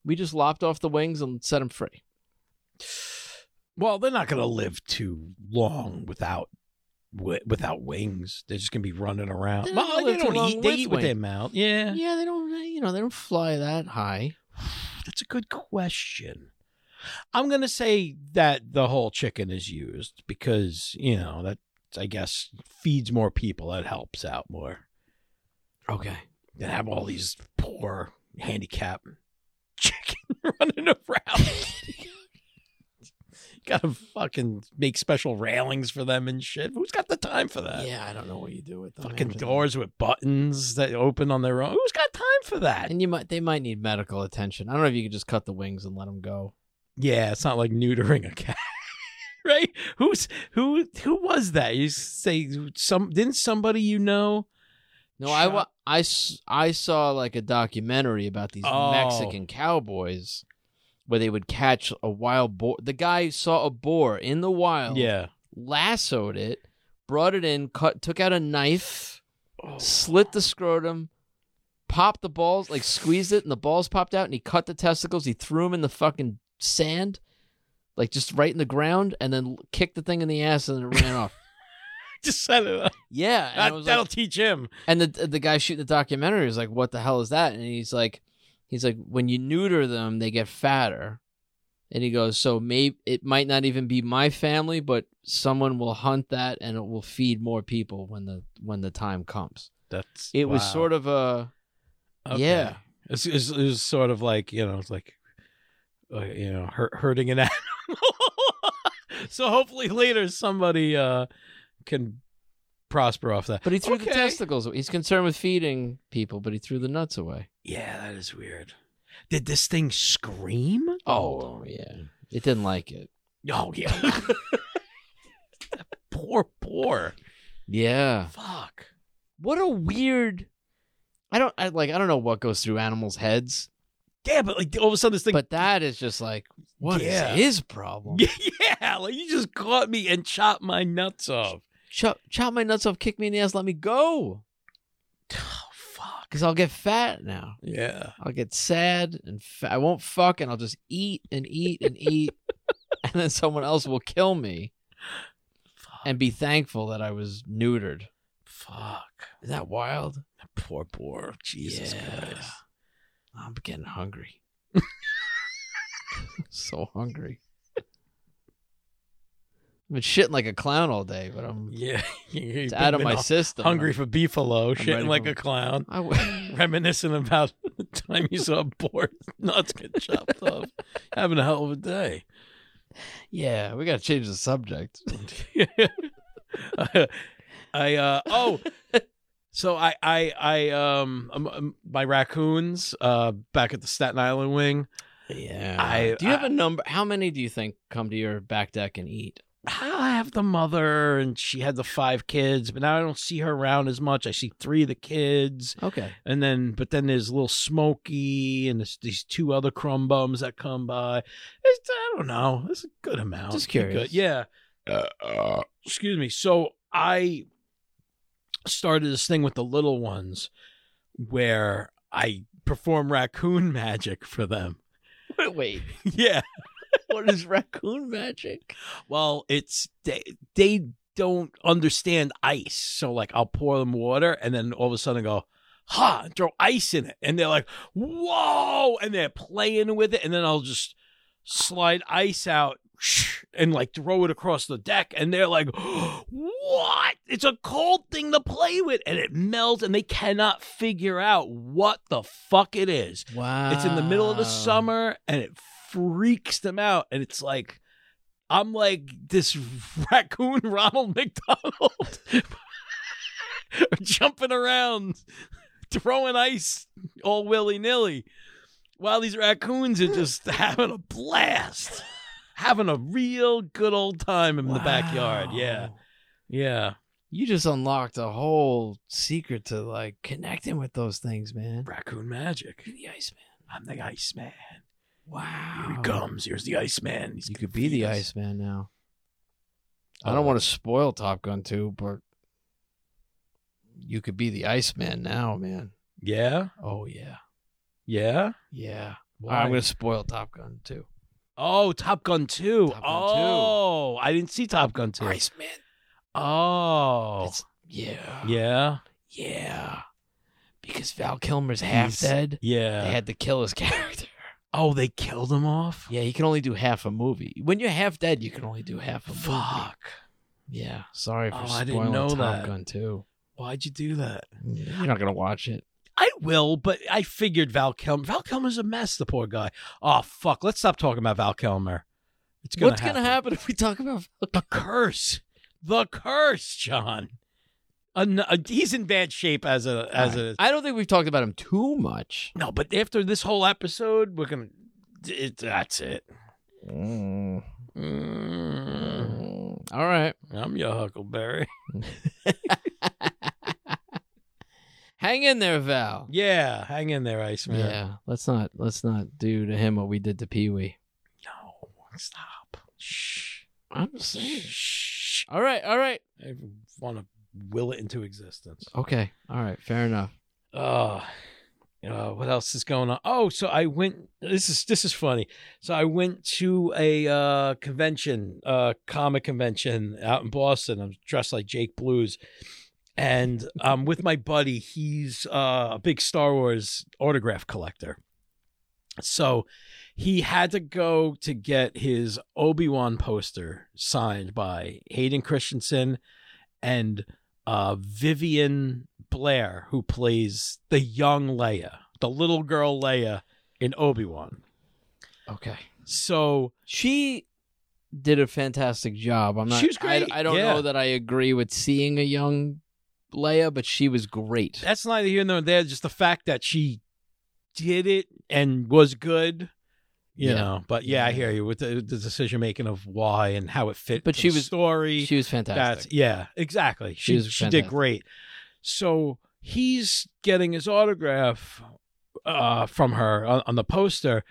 we just lopped off the wings and set them free?
Well, they're not going to live too long without wi- without wings. They're just going to be running around.
They're not
well,
gonna
they
live too
don't
long
eat. They
with
eat with their
wing.
mouth. Yeah.
Yeah, they don't, you know, they don't fly that high.
that's a good question. I'm going to say that the whole chicken is used because you know that I guess feeds more people. That helps out more
Okay.
than have all these poor handicap chicken running around. Gotta fucking make special railings for them and shit. Who's got the time for that?
yeah, I don't know what you do with them.
fucking
after that.
doors with buttons that open on their own. Who's got time for that?
And you might they might need medical attention. I don't know if you could just cut the wings and let them go.
Yeah, it's not like neutering a cat. right? Who's who who was that? You say some didn't somebody you know?
No, I, wa-
Chop-
I, s- I saw like a documentary about these
Oh.
Mexican cowboys where they would catch a wild boar. The guy saw a boar in the wild,
Yeah.
lassoed it, brought it in, cut, took out a knife,
Oh.
slit the scrotum, popped the balls, like squeezed it, and the balls popped out, and he cut the testicles. He threw them in the fucking sand, like just right in the ground, and then l- kicked the thing in the ass, and it ran off.
Just set it up.
Yeah, and I
That,
was
that'll
like,
teach him.
and the the guy shooting the documentary was like, "What the hell is that?" And he's like, he's like, when you neuter them, they get fatter. And he goes, so maybe it might not even be my family, but someone will hunt that, and it will feed more people when the when the time comes.
That's
It was sort of a yeah.
It's, it's, it was sort of like, you know, it's like uh, you know, hurt, hurting an animal. so hopefully later somebody uh can prosper off that.
But he threw the
Okay.
testicles. away. He's concerned with feeding people, but he threw the nuts away.
Yeah, that is weird. Did this thing scream?
Oh yeah, it didn't like it.
Oh yeah. poor, poor.
Yeah.
Fuck.
what a weird i don't I, like i don't know what goes through animals heads
yeah, but like all of a sudden this thing.
but that is just like what is
Yeah.
his problem?
yeah, like you just caught me and chopped my nuts off.
Chop, chop my nuts off, kick me in the ass, let me go,
Oh fuck.
because I'll get fat now.
Yeah.
I'll get sad and fa- I won't fuck and I'll just eat and eat and eat. and then someone else will kill me and be thankful that I was neutered.
Fuck.
Is that wild?
Poor, poor. Jesus
Yeah. Oh,
Christ.
I'm getting hungry. so hungry. I've been shitting like a clown all day, but I'm
Yeah. You've
it's out of
been
my
all
system.
Hungry for
I'm
beefalo,
ready
shitting like
for-
a clown,
I w-
reminiscing about the time you saw a board nuts get chopped off, having a hell of a day.
yeah, we gotta change the subject.
I uh oh so I I I um um, um, my raccoons uh back at the Staten Island wing
Yeah.
I-
do you have
I-
a number? How many do you think come to your back deck and eat?
"Oh, I have the mother and she had the five kids but now I don't see her around as much I see three of the kids
Okay.
and then but then there's little Smokey and there's these two other crumb bums that come by it's, I don't know it's a good amount
Just
Pretty
curious.
good. yeah Uh, excuse me. So I started this thing with the little ones where I perform raccoon magic for them.
Wait.
yeah.
what is raccoon magic?
Well, it's they, they don't understand ice. So like I'll pour them water and then all of a sudden go ha and throw ice in it and they're like whoa and they're playing with it and then I'll just slide ice out and like throw it across the deck and they're like what it's a cold thing to play with and it melts and they cannot figure out what the fuck it is
Wow.
it's in the middle of the summer and it freaks them out. And it's like, I'm like this raccoon Ronald McDonald jumping around, throwing ice all willy nilly while these raccoons are just having a blast, having a real good old time in the backyard. Yeah. Yeah.
You just unlocked a whole secret to like connecting with those things, man.
Raccoon magic.
You're the Iceman.
I'm the Iceman.
Wow.
Here he comes. Here's the Iceman. He's
You
gonna
could be the
feed us. Oh.
Iceman now. I don't want to spoil Top Gun 2, but you could be the Iceman now, man.
Yeah.
Oh, yeah.
Yeah.
Yeah.
Why?
I'm going to spoil Top Gun 2.
Oh, Top Gun 2.
Top Gun 2.
oh, I didn't see Top Gun 2.
Iceman.
Oh.
It's- yeah.
yeah.
Yeah. Because Val Kilmer's half
He's-
dead.
Yeah.
They had to kill his character.
oh, they killed him off?
Yeah, he can only do half a movie. When you're half dead, you can only do half a movie.
Fuck.
Yeah. Sorry for
Oh, I
spoiling
didn't know
Top
that.
Gun 2.
Why'd you do that?
You're not going to watch it.
I will, but I figured Val Kilmer. Val Kilmer's a mess, the poor guy. Oh, fuck. Let's stop talking about Val Kilmer. It's gonna
What's
happen.
going to happen if we talk about
The curse. The curse, John. An- uh, he's in bad shape as a as
All right.
a
I don't think we've talked about him too much.
No, but after this whole episode, we're gonna. It, that's it. Mm,
All right.
I'm your Huckleberry.
Hang in there, Val.
Yeah, hang in there, Iceman.
Yeah. Let's not let's not do to him what we did to Pee Wee.
No, stop. Shh.
I'm just saying.
Shh.
All right, all right.
I want to will it into existence.
Okay. All right, fair enough.
Uh, uh, what else is going on? Oh, so I went. This is this is funny. So I went to a uh, convention, uh, comic convention out in Boston. I'm dressed like Jake Blues, and um, with my buddy. He's uh, a big Star Wars autograph collector. So he had to go to get his Obi Wan poster signed by Hayden Christensen and uh, Vivian Blair, who plays the young Leia, the little girl Leia in Obi Wan.
Okay.
So
She did a fantastic job. I'm not
She was
I-
great,
I, don't
yeah.
know that I agree with seeing a young Leia, but she was great.
that's neither here nor there. Just the fact that she did it and was good, you
Yeah.
know. But yeah, I
Yeah.
hear you with the, the decision making of why and how it fit.
But
to
she
the
was-
story.
She was fantastic.
That's yeah, exactly. She
was
she did
fantastic.
great. So he's getting his autograph uh, from her on, on the poster,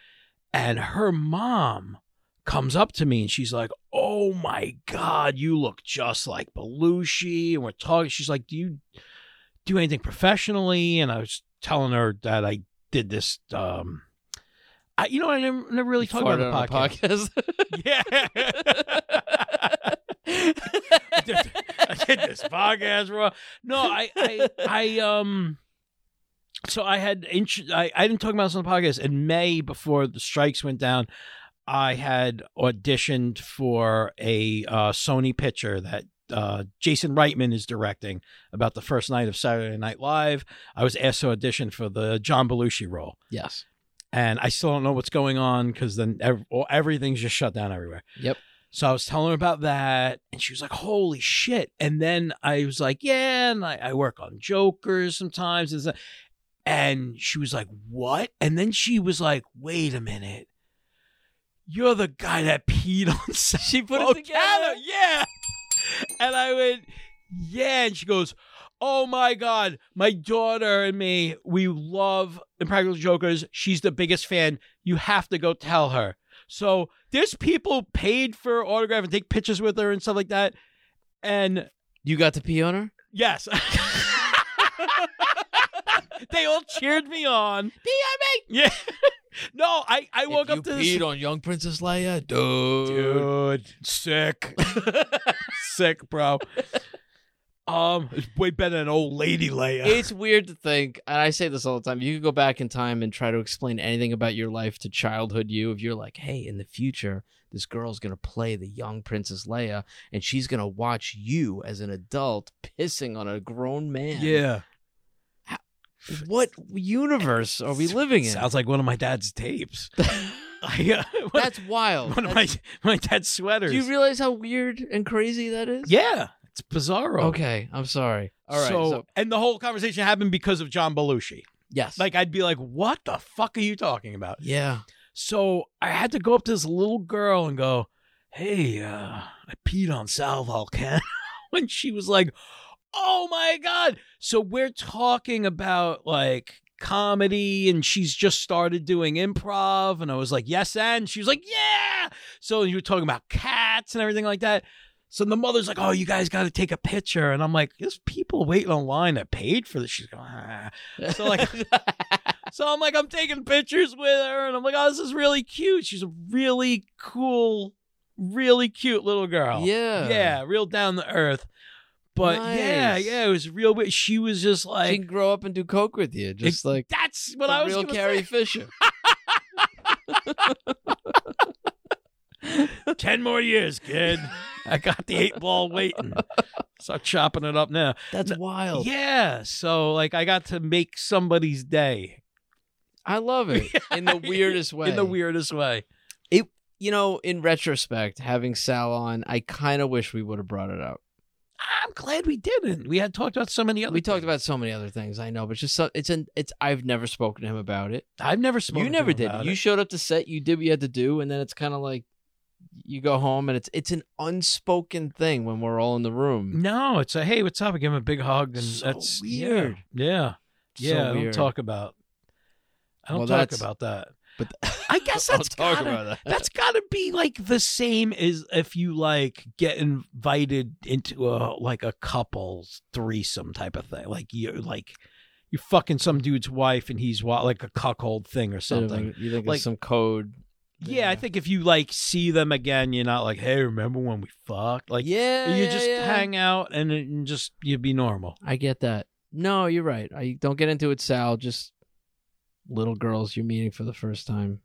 and her mom comes up to me and she's like, "Oh my god, you look just like Belushi." And we're talking. She's like, "Do you do anything professionally?" And I was telling her that I did this. Um, I, you know, I never, never really talked about
Farted
the
on a
podcast. yeah. I did- I did this podcast raw. No, I, I, I, um, so I had, int- I, I didn't talk about this on the podcast. In May, before the strikes went down, I had auditioned for a uh, Sony picture that uh, Jason Reitman is directing about the first night of Saturday Night Live. I was asked to audition for the John Belushi role
yes.
and I still don't know what's going on because then ev- all- everything's just shut down everywhere.
Yep.
So I was telling her about that, and she was like, "Holy shit!" And then I was like, "Yeah," and I, I work on Jokers sometimes, and, so- and she was like, "What?" And then she was like, "Wait a minute." You're the guy that peed on She
put it together?
Yeah. And I went, yeah. And she goes, Oh my God, my daughter and me, we love Impractical Jokers. She's the biggest fan. You have to go tell her. So there's people paid for autograph and take pictures with her and stuff like that. And
You got to pee on her?
yes, they all cheered me on.
Pee on me!
Yeah. No, I, I woke
you
up to
peed
this.
on young Princess Leia, dude.
Dude, sick. sick, bro. Um, it's way better than old lady Leia.
It's weird to think, and I say this all the time. You could go back in time and try to explain anything about your life to childhood you. If you're like, hey, in the future, this girl's gonna play the young Princess Leia, and she's gonna watch you as an adult pissing on a grown man.
yeah.
What universe are we living in?
Sounds like one of my dad's tapes. I, uh, one,
That's wild.
one of my
Oh, That's-
my dad's sweaters.
do you realize how weird and crazy that is?
yeah, it's bizarro.
Okay, I'm sorry. All right.
so,
So,
and the whole conversation happened because of John Belushi.
yes.
Like I'd be like, "What the fuck are you talking about?"
yeah.
So I had to go up to this little girl and go, "Hey, uh, I peed on Sal Volcano," and she was like, "Oh my god!" So we're talking about like comedy, and she's just started doing improv, and I was like, "Yes," and she was like, "Yeah." So you were talking about cats and everything like that. So the mother's like, "Oh, you guys got to take a picture," and I'm like, "There's people waiting online that paid for this." She's going, ah. So, like- So I'm like, I'm taking pictures with her, and I'm like, oh, this is really cute. She's a really cool, really cute little girl.
yeah.
yeah, real down to earth. But yeah,
Nice.
yeah, it was real weird. She was just
She
like,
can grow up and do coke with you, just
It-
like
that's what
the
I was
real
going
Carrie Fisher.
Ten more years, kid. I got the eight ball waiting. Start chopping it up now.
That's wild.
Yeah, so like, I got to make somebody's day
I love it in the weirdest way.
in the weirdest way.
you know, in retrospect, having Sal on, I kind of wish we would have brought it up.
I'm glad we didn't. We had talked about so many other.
We talked
things.
about so many other things. I know, but just so, it's an it's. I've never spoken to him about it.
I've never spoken.
you
to
never
him
did.
about
You
it.
showed up to set. You did what you had to do, and then it's kind of like you go home, and it's it's an unspoken thing when we're all in the room.
No, it's a hey, what's up? I give him a big hug, and
So
that's yeah.
weird.
Yeah,
So
yeah. I don't
weird.
talk about. I don't
Well,
talk
that's-
about that.
But
I guess
I'll
that's
talk
gotta-
about that.
That's got to be like the same as if you like get invited into a like a couple's threesome type of thing. Like you're like you're fucking some dude's wife, and he's wa- like a cuckold thing or
Bit of a-
something.
You think
Like-
it's some code?
Yeah, I think if you like see them again, you're not like, hey, remember when we fucked? Like
yeah,
you
yeah,
just
yeah.
hang out and, it- and just you'd be normal.
I get that. No, you're right. I don't get into it, Sal. Just little girls you're meeting for the first time.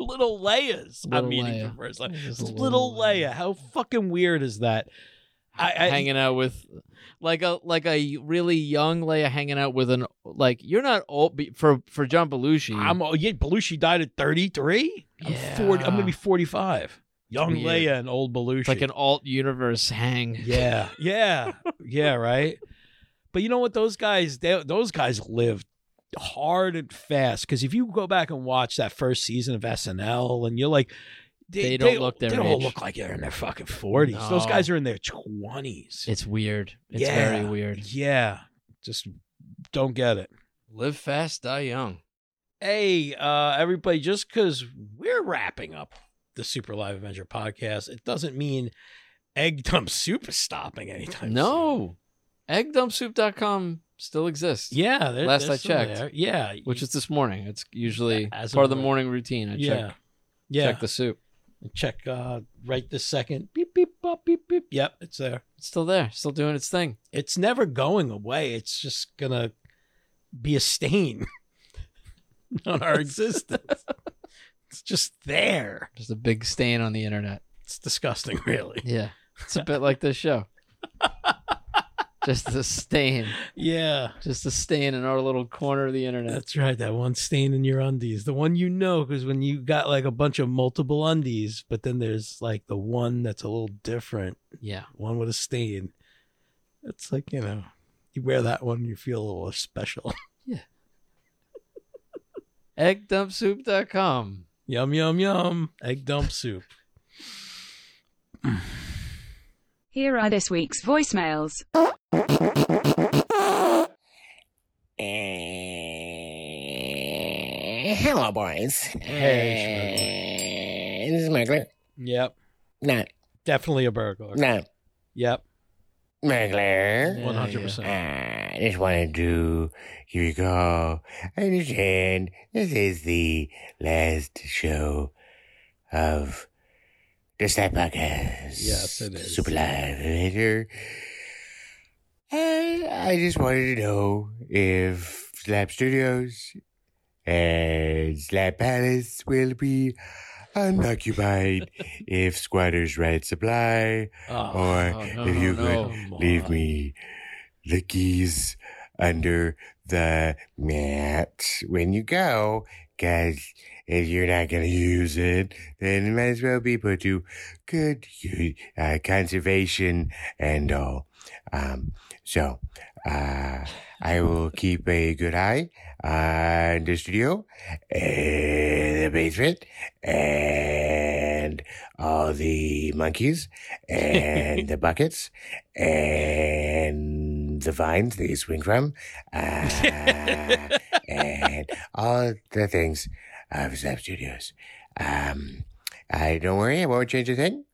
little layers.
Little
I'm meeting
Leia.
for first time.
Just a little
Little, Leia.
Leia.
How fucking weird is that? I, I
hanging out with like a like a really young Leia hanging out with an like you're not old be- for for John Belushi.
I'm oh, yeah, Belushi died at 33. I'm 40.
Yeah.
I'm gonna be 45. Young
Weird.
Leia and old Belushi.
it's like an alt universe hang.
yeah, yeah, yeah, right. But you know what? Those guys, they, those guys lived hard and fast. Because if you go back and watch that first season of SNL, and you're like,
They don't look their
They don't
age.
look like they're in their fucking 40s. Those
No.
guys are in their 20s.
It's weird. It's
Yeah.
very weird.
Yeah. Just don't get it.
Live fast, die young.
Hey, uh, everybody, just because we're wrapping up the Super Live Adventure podcast, it doesn't mean Egg Dump Soup is stopping anytime soon.
No. Eggdumpsoup.com still exists.
Yeah. they're-
Last
they're
I
still
checked.
there. Yeah.
Which is this morning. It's usually
As
part of
of
the
right-
morning routine. I
yeah.
check
yeah.
check the soup.
check uh, right this second. Beep beep bop, beep beep. Yep, it's there.
It's still there, still doing its thing.
It's never going away. It's just gonna be a stain on our existence. it's just there.
Just a big stain on the internet.
It's disgusting, really.
Yeah. It's a bit like this show. just a stain.
Yeah,
Just a stain in our little corner of the internet.
that's right. That one stain in your undies, the one you know, because when you got like a bunch of multiple undies, but then there's like the one that's a little different,
Yeah.
one with a stain. It's like you know, you wear that one, you feel a little special.
Eggdumpsoup.com.
Yum yum yum. Egg dump soup.
Here are this week's voicemails.
Uh, hello, boys.
Hey,
Uh, this is Mergler.
Yep.
No,
Definitely a burglar.
no,
Yep.
Mergler.
One hundred percent.
Uh, I just wanted to give you a call. I understand this is the last show of the Snap Podcast.
Yes, it is.
Super Live Later. And I just wanted to know if Slap Studios and Slap Palace will be unoccupied if Squatters Right Supply
Oh,
or
Oh, no,
if
no,
you could
no.
come on.
Leave me the keys under the mat when you go, because if you're not going to use it, then it might as well be put to good u- uh, conservation and all. Um, so uh, I will keep a good eye on the studio and the basement and all the monkeys and the buckets and the vines that you swing from, uh, and all the things of Zap Studios. Um, I don't worry, I won't change a thing.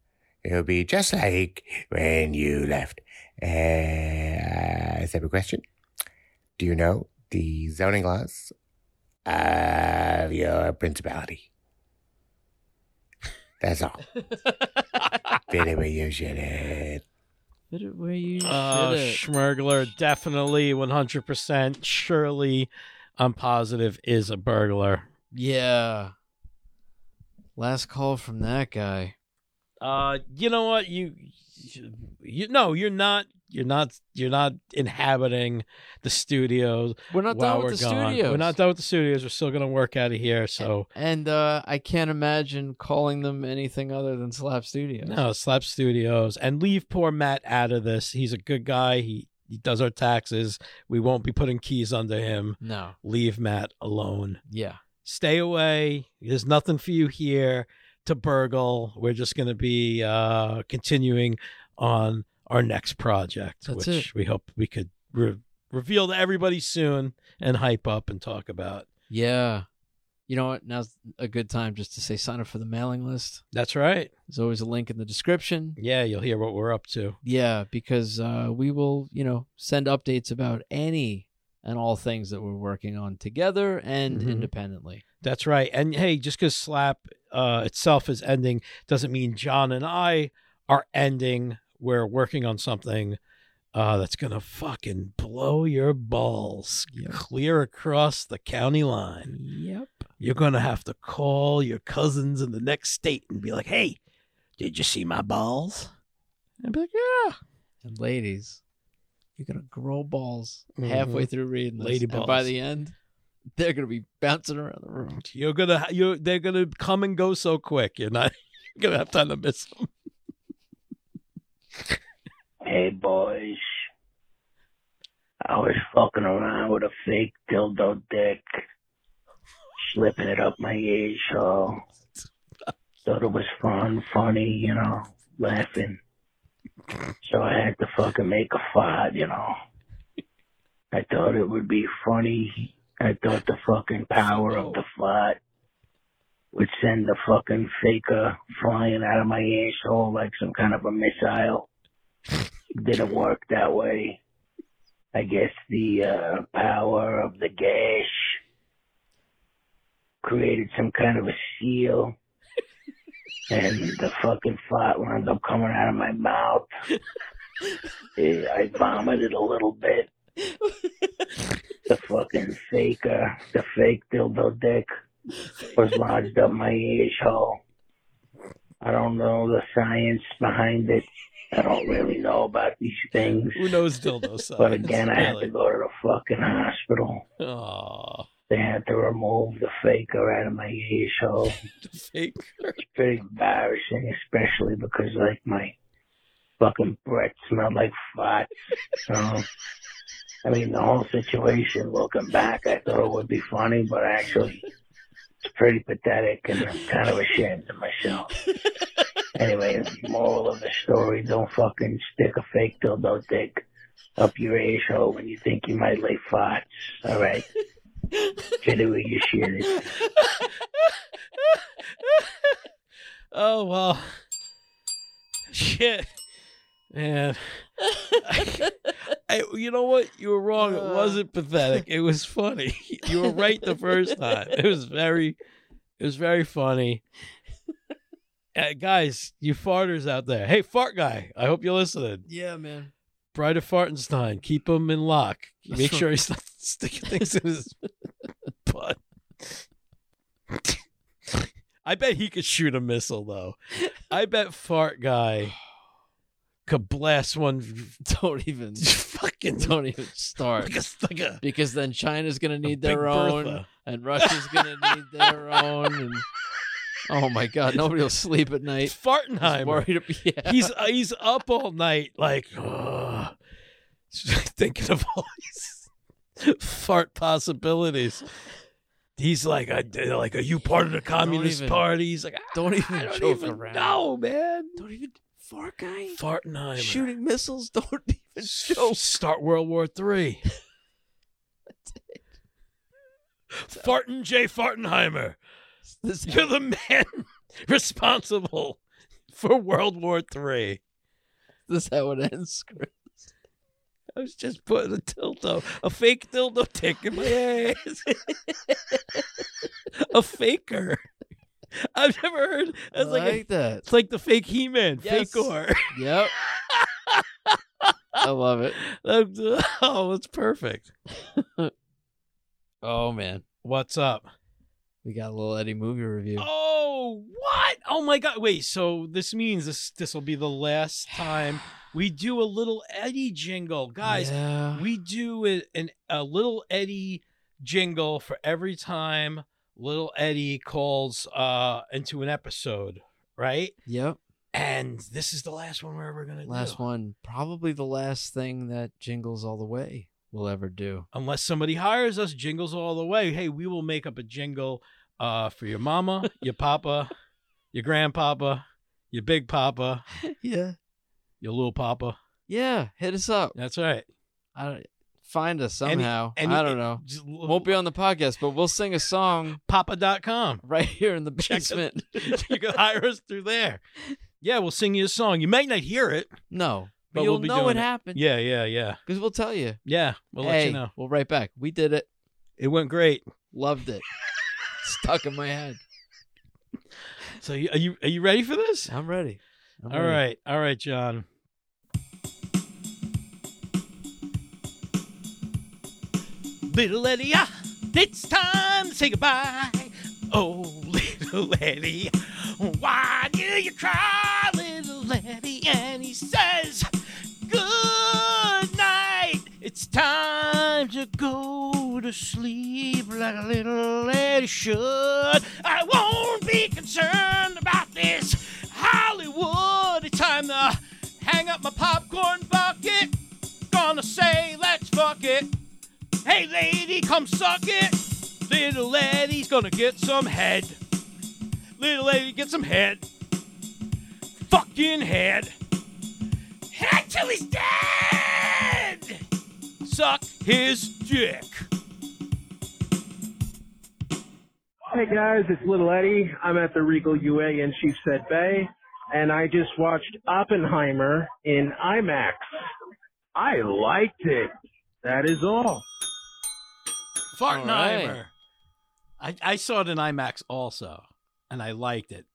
It'll be just like when you left. Uh, I have a question. Do you know the zoning laws of your principality? That's all. Bit of a you should it.
Put it where you
Oh,
shit it.
Schmurgler, definitely 100%. Surely, I'm positive, is a burglar.
Yeah. Last call from that guy.
Uh, you know what? You, you, no, you're not, you're not, you're not inhabiting the studios.
We're not
while
done with
we're
the
gone.
studios.
We're not done with the studios. We're still going to work out of here. So,
And uh, I can't imagine calling them anything other than Slap Studios.
No, Slap Studios. And leave poor Matt out of this. He's a good guy. He he does our taxes. We won't be putting keys under him.
No.
Leave Matt alone.
Yeah.
Stay away. There's nothing for you here to burgle. We're just going to be uh, continuing on our next project,
That's
which we hope we could re- reveal to everybody soon and hype up and talk about.
Yeah. You know what? Now's a good time just to say sign up for the mailing list.
That's right.
There's always a link in the description.
Yeah, you'll hear what we're up to.
Yeah, because uh, we will, you know, send updates about any and all things that we're working on together and
Mhm.
independently.
That's right. And hey, just because Slap uh, itself is ending doesn't mean John and I are ending. We're working on something uh, that's going to fucking blow your balls
Yep.
clear across the county line.
Yep.
You're going to have to call your cousins in the next state and be like, hey, did you see my balls? And be like, yeah.
And ladies, you're gonna grow balls
Mm-hmm.
halfway through reading this.
Lady
And by
balls.
the end, they're gonna be bouncing around the room.
You're going to, you they're going to come and go so quick. You're not going to have time to miss them.
Hey boys, I was fucking around with a fake dildo dick, slipping it up my asshole. Thought it was fun, funny, you know, laughing. So I had to fucking make a fart, you know. I thought it would be funny I thought the fucking power of the fart would send the fucking faker flying out of my asshole like some kind of a missile. Didn't work that way. I guess the uh, power of the gash created some kind of a seal, and the fucking fart wound up coming out of my mouth. Eh, I vomited a little bit. The fucking faker, the fake dildo dick, was lodged up my asshole. I don't know the science behind it. I don't really know about these things.
Who knows dildo size?
But again, I had to go to the fucking hospital.
Oh,
They had to remove the faker out of my asshole.
fake.
It's pretty embarrassing, especially because like my fucking breath smelled like farts. So, I mean, the whole situation. Looking back, I thought it would be funny, but actually, it's pretty pathetic, and I'm kind of ashamed of myself. Anyway, moral of the story: don't fucking stick a fake dildo dick up your asshole when you think you might lay farts. All right, get it with your shit.
Oh well. Shit. Man. I, you know what? You were wrong. It
Uh.
wasn't pathetic. It was funny. You were right the first time. It was very it was very funny. Uh, guys, you farters out there. Hey, fart guy. I hope you're listening.
Yeah, man.
Bride of Fartenstein. Keep him in lock.
That's
Make
right.
sure he's not sticking things in his butt. I bet he could shoot a missile though. I bet fart guy could blast one
Don't even
fucking
don't even start.
like a, like a
Because then China's gonna need
Big
their own
Bertha.
and Russia's gonna need their own and Oh my god, nobody'll sleep at night. He's
Fartenheimer.
worried ab- yeah.
He's uh, he's up all night like ugh, thinking of all these fart possibilities. He's like, I, like, are you part of the communist
even-
party? He's like, ah,
Don't even
I don't
joke
even
around.
know, man.
Don't even fart guy
Fartenheimer.
shooting missiles. Don't even
S- Start World War Three. Fartin J. Fartenheimer,
this
you're the man responsible for World War Three.
this how it ends. Chris.
I was just putting a dildo, a fake dildo dick in my ass. a faker. I've never heard.
I
It's like, a-
like that.
it's like the fake He-Man,
Yes.
faker.
Yep. I love it.
That- oh, that's perfect.
Oh man.
What's up?
We got a little Eddie movie review.
Oh, what? Oh my God! Wait, so this means this this will be the last time we do a little Eddie jingle, guys.
Yeah.
We do a, an, a little Eddie jingle for every time little Eddie calls uh into an episode, right?
Yep.
And this is the last one we're ever gonna do.
Last one. Probably the last thing that Jingles All the Way will ever do.
unless somebody hires us jingles all the way hey we will make up a jingle uh, for your mama your papa your grandpapa your big papa
Yeah.
your little papa
Yeah. Hit us up.
that's right
I don't, find us
Any-
somehow.
any-
I don't know.
Just
Won't be on the podcast, but we'll sing a song
papa.com
right here in the
Check it.
basement.
you can hire us through there yeah we'll sing you a song you might not hear it
No. But,
But
you'll
we'll be
know
doing
it
it.
happened.
yeah yeah yeah
Because we'll tell you.
yeah we'll
hey,
let you know
We'll write back. We did it.
it went great
Loved it. Stuck in my head.
so you, are you are you ready for this
I'm ready. I'm
All
ready.
right, all right, John. Little Eddie, ah, it's time to say goodbye. Oh, little Eddie, why do you cry, little Eddie? And he says, Good night. It's time to go to sleep like a little lady should. I won't be concerned about this Hollywood. It's time to hang up my popcorn bucket. Gonna say, let's fuck it. Hey, lady, come suck it. Little lady's gonna get some head. Little lady, get some head. Fucking head. Head till he's dead! Suck his dick.
Hey guys, it's Little Eddie. I'm at the Regal UA in Sheepshead Bay, and I just watched Oppenheimer in IMAX. I liked it. That is all.
Fartnheimer. I, I saw it in IMAX also, and I liked it.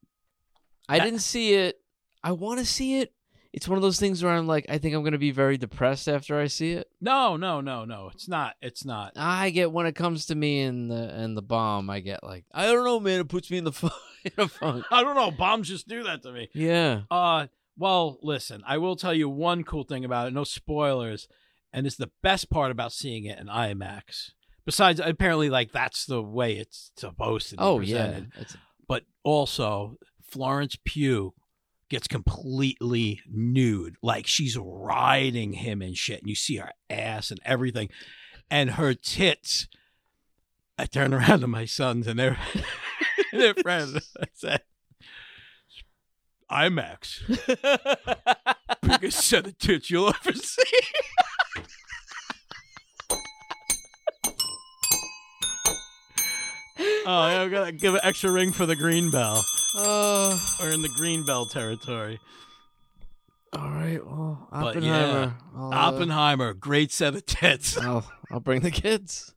I didn't see it. I want to see it. It's one of those things where I'm like, I think I'm going to be very depressed after I see it.
No, no, no, no. It's not. It's not.
I get when it comes to me and the and the bomb, I get like, I don't know, man. It puts me in the fu- in a funk.
I don't know. Bombs just do that to me.
Yeah.
Uh, well, listen. I will tell you one cool thing about it. No spoilers, and it's the best part about seeing it in IMAX. Besides, apparently, like that's the way it's supposed to be
Oh yeah.
presented.
It's-
But also, Florence Pugh gets completely nude. Like she's riding him and shit, and you see her ass and everything, and her tits. I turn around to my sons and their their friends. I said, "IMAX, biggest set of tits you'll ever see." oh, I'm gonna give an extra ring for the green bell.
Oh,
We're in the green bell territory.
all right. Well,
But
Oppenheimer. I'll, uh,
Oppenheimer, great set of tits.
I'll, I'll bring the kids.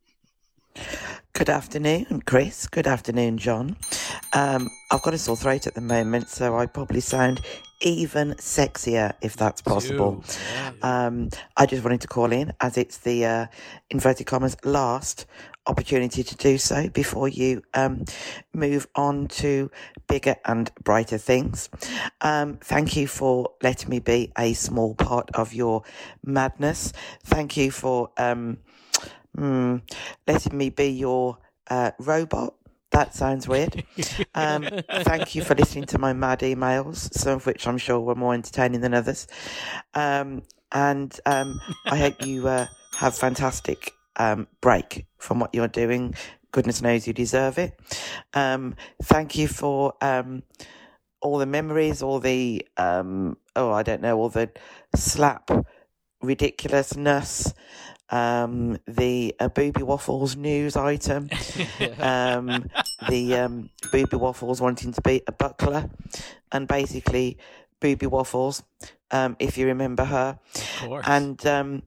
Good afternoon, Chris. Good afternoon, John. Um, I've got a sore throat at the moment, so I probably sound even sexier if that's possible.
Ew. Yeah.
Um, I just wanted to call in as it's the uh, inverted commas last opportunity to do so before you um, move on to bigger and brighter things. Um, thank you for letting me be a small part of your madness. Thank you for um, hmm, letting me be your uh, robot. That sounds weird. Um, thank you for listening to my mad emails, some of which I'm sure were more entertaining than others. Um, and um, I hope you uh, have fantastic um, break from what you're doing. Goodness knows you deserve it. Um, thank you for um, all the memories, all the um, oh, I don't know, all the slap ridiculousness, um, the uh, booby waffles news item um, the um, booby waffles wanting to be a buckler, and basically booby waffles, um, if you remember her,
Of course.
and um,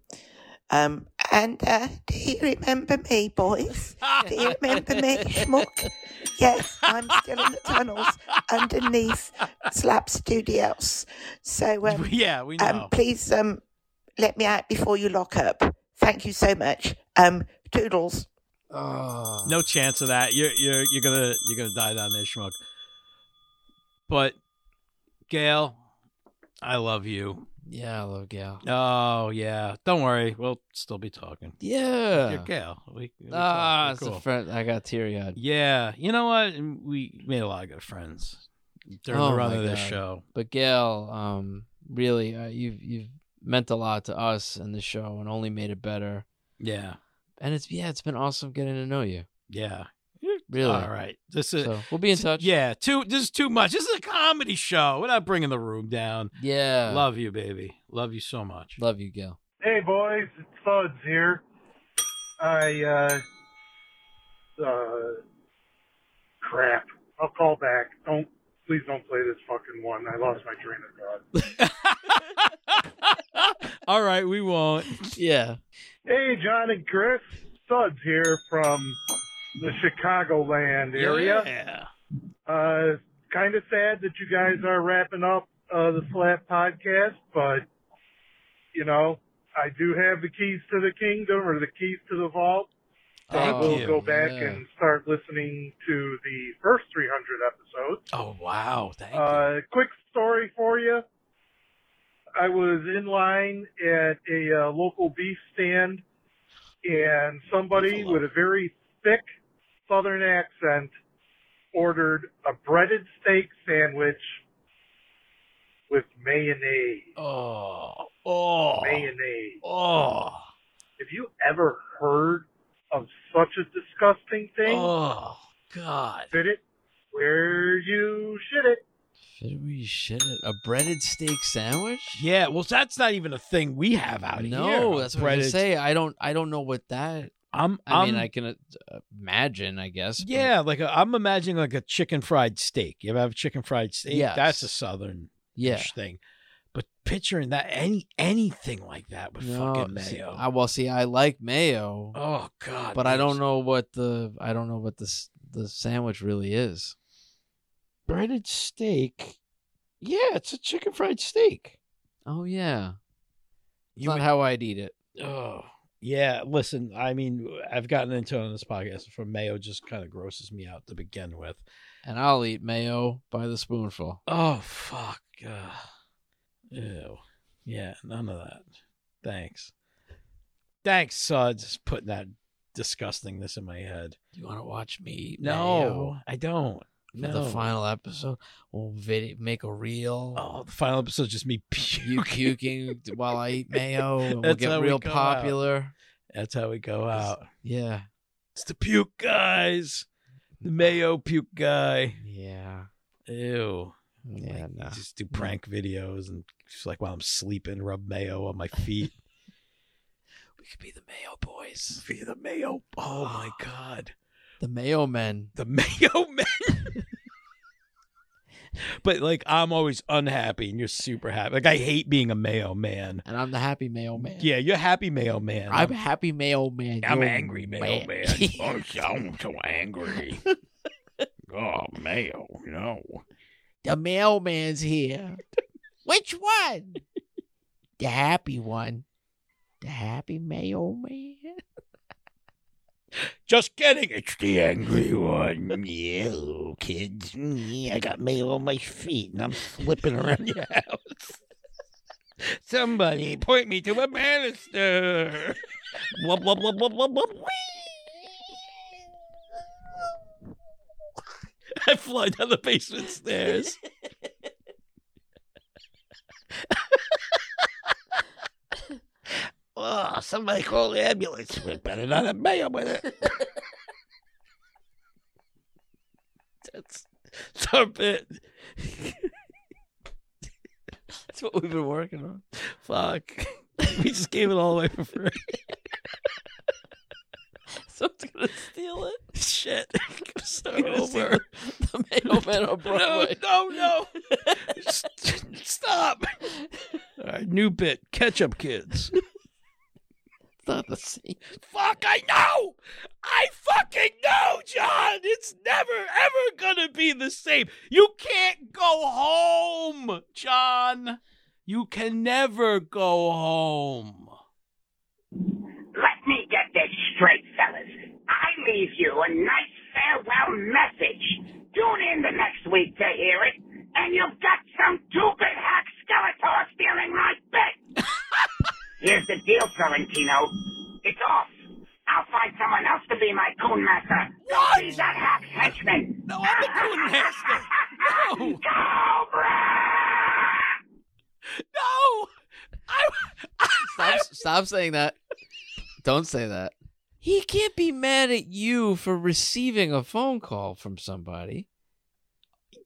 um, and uh, do you remember me, boys? Do you remember me, schmuck? Yes, I'm still in the tunnels underneath Slap Studios. So um,
yeah, we know.
um, please um, let me out before you lock up. Thank you so much. Um, toodles.
Oh.
no chance of that. You're you're you're gonna you're gonna die down there, schmuck. But Gail, I love you.
Yeah, I love Gal.
Oh yeah, don't worry, we'll still be talking. You're
Yeah.
Gail. We, we talk.
Ah,
We're
it's
cool.
a friend. I got teary eyed.
yeah, you know what? We made a lot of good friends during
Oh,
the run
my
of this
God.
show.
But Gail, um, really, uh, you've you've meant a lot to us and the show, and only made it better.
Yeah,
And it's yeah, it's been awesome getting to know you.
yeah.
Really.
All right, this is
So we'll be in touch.
Yeah, too. This is too much. This is a comedy show. We're not bringing the room down.
Yeah.
Love you, baby. Love you so much.
Love you, Gail.
Hey boys, it's Thuds here. I uh uh crap. I'll call back. Don't please don't play this fucking one. I lost my train of thought.
All right, we won't.
Yeah.
Hey, John and Chris, Suds here from the Chicagoland area.
Yeah.
Uh, kind of sad that you guys are wrapping up uh, the Slap podcast, but you know, I do have the keys to the kingdom or the keys to the vault. So I
Thank
will
you.
go back
Yeah.
and start listening to the first 300 episodes.
Oh wow, thank you.
Uh, quick story for you. I was in line at a uh, local beef stand, and somebody with a very thick southern accent ordered a breaded steak sandwich with mayonnaise.
Oh, oh,
Mayonnaise.
oh,
Have you ever heard of such a disgusting thing?
oh, God.
Fit it where you shit it.
Should we shit it? A breaded steak sandwich?
Yeah, well, that's not even a thing we have out here.
no, that's what I was gonna
Breaded-
say. I don't. I don't know what that.
I'm,
I
I'm
mean, I can uh, imagine. I guess. but-
Um, yeah, like i I'm imagining like a chicken fried steak. You ever have a chicken fried steak?
Yes.
That's a southern
Yeah.
dish thing. But picturing that any anything like that with fucking
see,
mayo.
I, well, see, I like mayo,
oh god.
but I
that
don't
is-
know what the I don't know what the s- the sandwich really is.
breaded steak. Yeah, it's a chicken fried steak.
Oh yeah, it's
You
not how I'd eat it.
Oh yeah, listen. I mean, I've gotten into it on this podcast before. Mayo just kind of grosses me out to begin with.
And I'll eat mayo by the spoonful.
Oh fuck. Ugh. Ew. Yeah, none of that. Thanks. Thanks, Suds. Just putting that disgustingness in my head.
You want to watch me eat
No, I don't.
mayo
No.
for the final episode? We'll vid- make a reel.
Oh, the final episode's just me
You
puking.
puking while I eat mayo, and we'll
That's
get
how we
real
go out.
popular.
That's how we go out.
Yeah,
It's the puke guys. The mayo puke guy.
yeah,
Ew.
yeah.
Like,
no.
Just do prank videos and just like while I'm sleeping, rub mayo on my feet.
We could be the mayo boys,
Be the mayo. Oh my god.
Ah. the mayo men.
The mayo men. but like I'm always unhappy and you're super happy. Like I hate being a mayo man.
And I'm the happy mayo man.
Yeah, you're happy mayo man.
I'm happy mayo man.
I'm
You're
angry, mayo man. oh, I'm so angry. Oh, mayo, no.
the mailman's here. Which one? the happy one. The happy mailman.
Just kidding. It's the angry one. Yeah, kids. Yeah, I got mail on my feet and I'm slipping around your house. Somebody point me to a banister. Wub, wub, wub, wub, wub, wub, wee.
I fly down the basement stairs.
Oh, somebody call the ambulance. We better not have mail with it.
That's stop it.
That's what we've been working on.
Fuck. We just gave it all away for free.
Someone's gonna steal it.
Shit. Start
You're gonna see
over.
The mailman on Broadway.
No, no, no. St- Stop. All right, new bit ketchup kids.
It's not the same.
Fuck, I know. I fucking know, John. It's never, ever going to be the same. You can't go home, John. You can never go home.
Let me get this straight, fellas. I leave you a nice farewell message. Tune in the next week to hear it, and you've got some stupid hack Skeletor stealing my bit. Here's the deal, Florentino. It's off. I'll find someone else to be my coon master. What? He's that hack's henchman.
No, I'm the coon master. No.
Cobra!
No. I,
Stop, stop saying that. Don't say that. He can't be mad at you for receiving a phone call from somebody.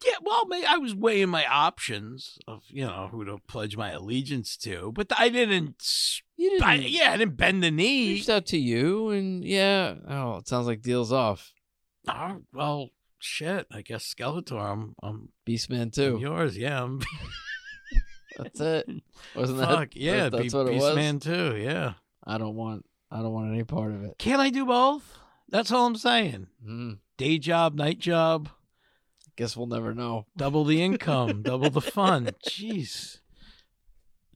Yeah, well, may- I was weighing my options of you know who to pledge my allegiance to, but I didn't. s-
You didn't.
I, yeah, I didn't bend the
He
knee.
reached out to you, and yeah. Oh, it sounds like deals off.
Oh, well, shit. I guess Skeletor. I'm, I'm,
Beastman
I'm
too.
yours. Yeah, I'm.
That's it. Wasn't that?
fuck yeah,
that- that's
Be-
what it
Beast
was.
Man too. Yeah.
I don't want. I don't want any part of it.
Can I do both? That's all I'm saying.
Mm,
Day job, night job,
guess we'll never know.
double the income, double the fun. Jeez,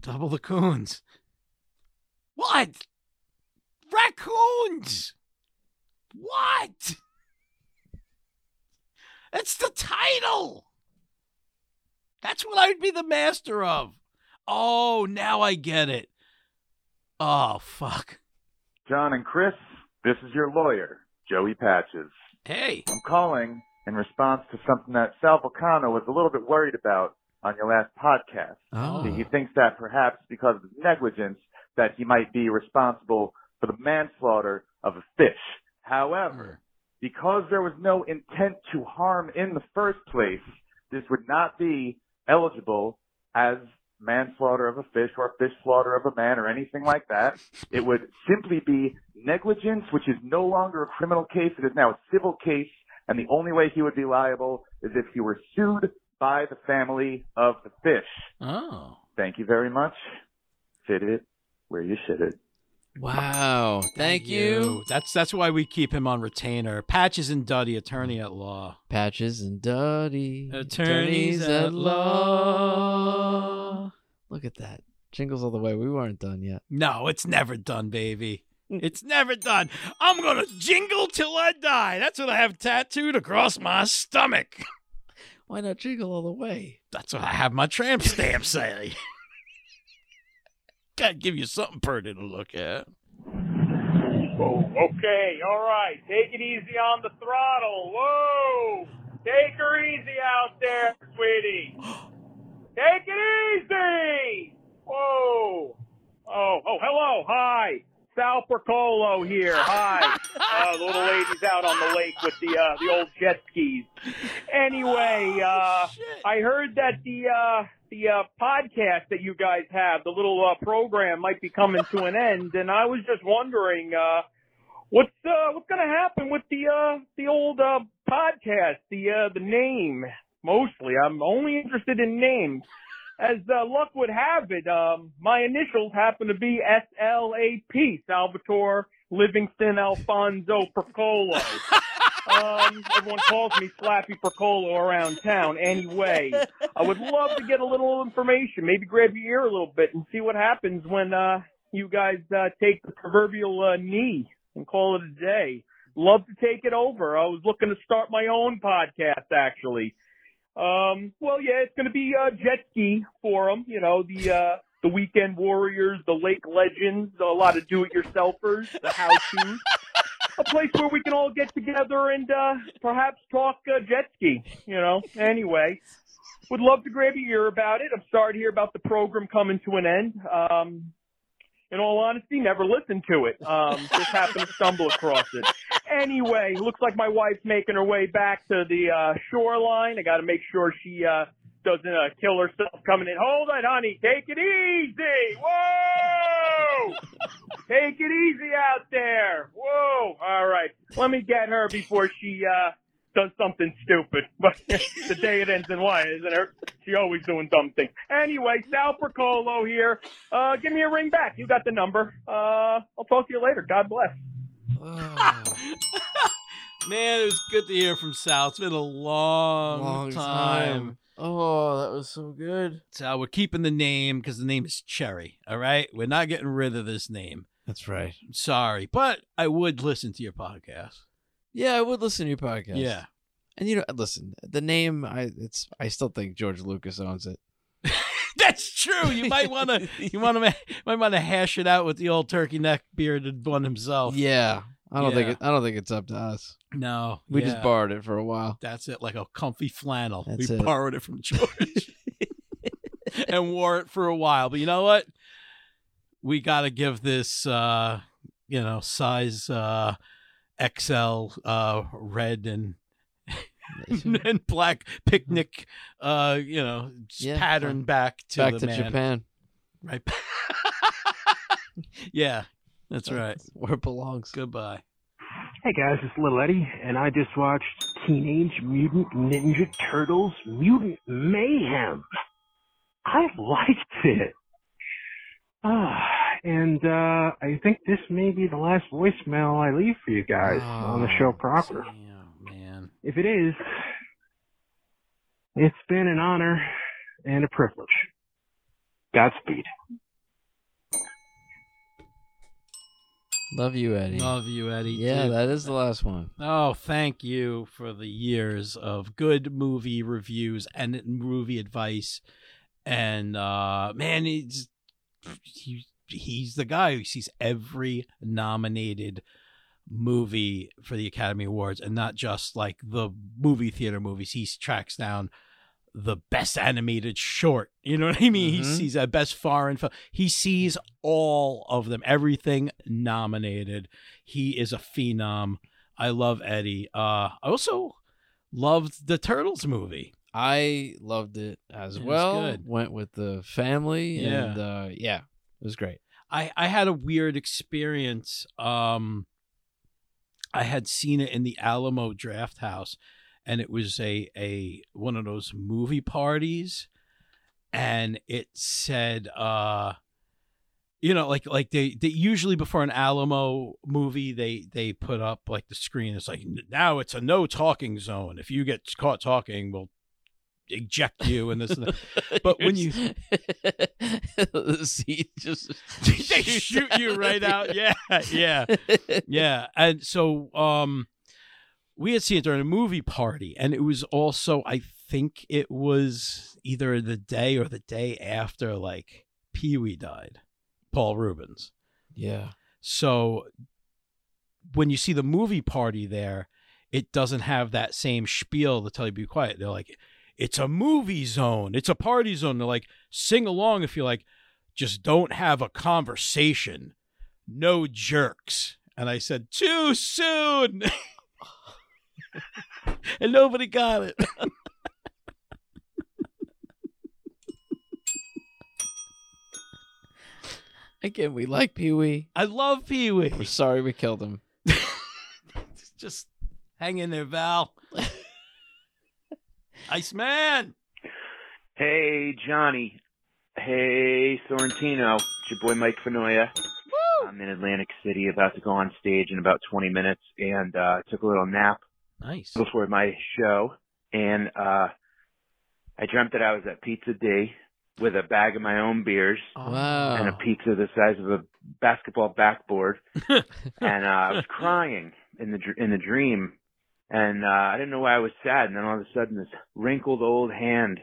double the coons. What? Raccoons. What? That's the title. That's what I'd be the master of. Oh, now I get it. Oh, fuck.
John and Chris, this is your lawyer, Joey Patches.
Hey.
I'm calling in response to something that Sal Volcano was a little bit worried about on your last podcast.
Oh.
He thinks that perhaps because of his negligence that he might be responsible for the manslaughter of a fish. However, because there was no intent to harm in the first place, this would not be eligible as manslaughter of a fish or fish slaughter of a man or anything like that. It would simply be negligence, which is no longer a criminal case. It is now a civil case. And the only way he would be liable is if he were sued by the family of the fish.
Oh.
Thank you very much. Fit it where you should it.
Wow. Thank you.
That's that's why we keep him on retainer. Patches and Duddy, attorney at law.
Patches and Duddy.
Attorneys at law.
Look at that. Jingles all the way. We weren't done yet.
No, it's never done, baby.
Mm.
It's never done. I'm gonna jingle till I die. That's what I have tattooed across my stomach.
Why not jingle all the way?
That's what I have my tramp stamp say. Gotta give you something pretty to look at.
Okay, all right. Take it easy on the throttle. Whoa! Take her easy out there, sweetie. Take it easy. Whoa! Oh, oh, hello, hi. Sal Percolo here. Hi. Uh, the little lady's out on the lake with the uh, the old jet skis. Anyway, uh, I heard that the uh, the uh, podcast that you guys have, the little uh, program, might be coming to an end, and I was just wondering uh, what's uh, what's going to happen with the uh, the old uh, podcast, the uh, the name. Mostly, I'm only interested in names. As uh, luck would have it, um, my initials happen to be S-L-A-P, Salvatore Livingston Alfonso Percolo. Um, everyone calls me Slappy Percolo around town. Anyway, I would love to get a little information. Maybe grab your ear a little bit and see what happens when uh, you guys uh, take the proverbial uh, knee and call it a day. Love to take it over. I was looking to start my own podcast, actually. Um, well, yeah, it's going to be uh, jet ski forum. You know the uh, the weekend warriors, the lake legends, a lot of do-it-yourselfers, the how-tos. a place where we can all get together and uh, perhaps talk uh, jet ski. You know. Anyway, would love to grab your ear about it. I'm sorry to hear about the program coming to an end. Um, in all honesty, never listened to it. Um, just happened to stumble across it. Anyway, looks like my wife's making her way back to the uh, shoreline. I got to make sure she uh, doesn't uh, kill herself coming in. Hold it, honey. Take it easy. Whoa! Take it easy out there. Whoa! All right. Let me get her before she uh, does something stupid. But the day it ends in Y, isn't it? She always doing dumb things. Anyway, Sal Percolo here. Uh, give me a ring back. You got the number. Uh, I'll talk to you later. God bless.
Man, it was good to hear from Sal. It's been a long,
Long
time.
time. Oh, that was so good.
Sal, we're keeping the name because the name is Cherry. All right, we're not getting rid of this name.
That's right.
I'm sorry, but I would listen to your podcast.
Yeah, I would listen to your podcast.
Yeah.
And you know, listen, the name I it's I still think George Lucas owns it.
That's true. You might want to you want to might want to hash it out with the old turkey neck bearded one himself.
Yeah. I don't think
Yeah.
it, I don't think it's up to us.
No,
We
yeah.
just borrowed it for a while.
That's it, like a comfy flannel.
That's
we
it.
borrowed it from George and wore it for a while. But you know what? We got to give this, uh, you know, size uh, XL uh, red and and black picnic, uh, you know, s-
Yeah,
pattern
fine.
back to
Back
the
to
man.
Japan.
Right. yeah, that's right.
Where it belongs.
Goodbye.
Hey guys, it's Little Eddie, and I just watched Teenage Mutant Ninja Turtles Mutant Mayhem. I liked it. Ah, and uh, I think this may be the last voicemail I leave for you guys on the show proper.
Oh, Man.
If it is, it's been an honor and a privilege. Godspeed.
Love you, Eddie.
Love you, Eddie.
yeah,
too.
that is the last one.
Oh, thank you for the years of good movie reviews and movie advice. And uh man, he's he, he's the guy who sees every nominated movie for the Academy Awards and not just like the movie theater movies. He tracks down the best animated short. You know what I mean? He
Mhm.
sees that best foreign film. He sees all of them, everything nominated. He is a phenom. I love Eddie. Uh, I also loved the Turtles movie.
I loved it as
It was
well.
good.
Went with the family
Yeah.
and uh yeah, it was great.
I I had a weird experience. Um, I had seen it in the Alamo Draft House, and it was a a one of those movie parties, and it said, uh, you know, like like they they usually before an Alamo movie they they put up like the screen. It's like now it's a no talking zone. If you get caught talking, we'll eject you and this and that. But when you
see just
they shoot you right out. Yeah, yeah, yeah. And so um, we had seen it during a movie party, and it was also I think it was either the day or the day after like Pee Wee died, Paul Rubens.
Yeah.
So when you see the movie party there. It doesn't have that same spiel to tell you to be quiet. They're like, it's a movie zone it's a party zone to like sing along if you like just don't have a conversation no jerks and i said too soon and nobody got it
Again, we like Pee Wee.
I love Pee Wee.
We're sorry we killed him.
just hang in there val Iceman.
Hey, Johnny. Hey, Sorrentino. It's your boy Mike Fenoya. I'm in Atlantic City, about to go on stage in about 20 minutes, and uh, took a little nap
Nice.
before my show. And uh, I dreamt that I was at Pizza D with a bag of my own beers
Oh,
Wow.
Oh.
and a pizza the size of a basketball backboard, and uh, I was crying in the dr- in the dream, and uh, I didn't know why I was sad. And then all of a sudden, this wrinkled old hand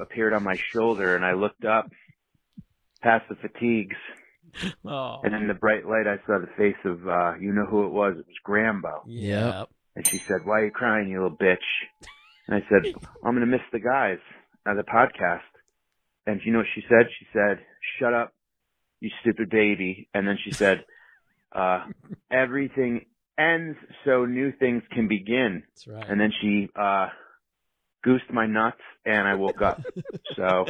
appeared on my shoulder, and I looked up past the fatigues,
Oh.
and in the bright light, I saw the face of uh, you know who it was. It was Grambo.
Yeah.
And she said, "Why are you crying, you little bitch?" And I said, "I'm gonna miss the guys on the podcast." And you know what she said? She said, "Shut up, you stupid baby." And then she said, uh, "Everything ends, so new things can begin."
That's right.
And then she uh, goosed my nuts, and I woke up. so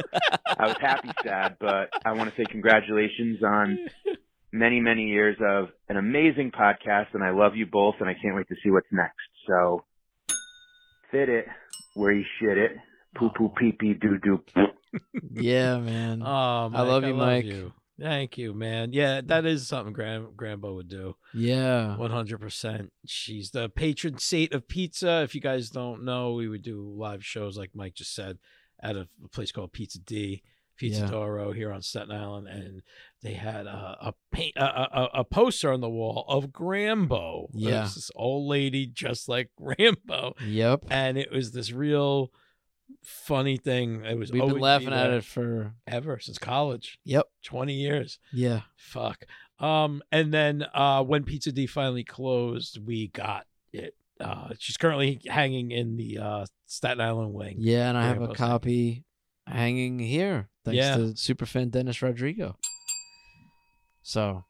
I was happy, sad, but I want to say congratulations on many, many years of an amazing podcast, and I love you both, and I can't wait to see what's next. So fit it where you shit it. Poo poo pee pee doo doo.
Yeah, man.
Oh, Mike,
I love you, Mike.
you. Thank you, man. Yeah, that is something Gram- Grambo would do.
Yeah.
One hundred percent. She's the patron saint of pizza. If you guys don't know, we would do live shows like Mike just said at a place called Pizza D, Pizza
Yeah.
Doro here on Staten Island, and they had a a, paint, a, a a- a poster on the wall of Grambo. It
Yeah.
was this old lady just like Grambo,
Yep.
and it was this real funny thing. It was
We've been
always
laughing at
there
it for
ever since college.
Yep.
twenty years.
yeah.
Fuck. Um, and then uh, when Pizza D finally closed, we got it. Uh, she's currently hanging in the uh, Staten Island wing.
Yeah, and I have
Very
a
well said.
copy hanging here thanks
Yeah.
to superfan Dennis Rodrigo. So,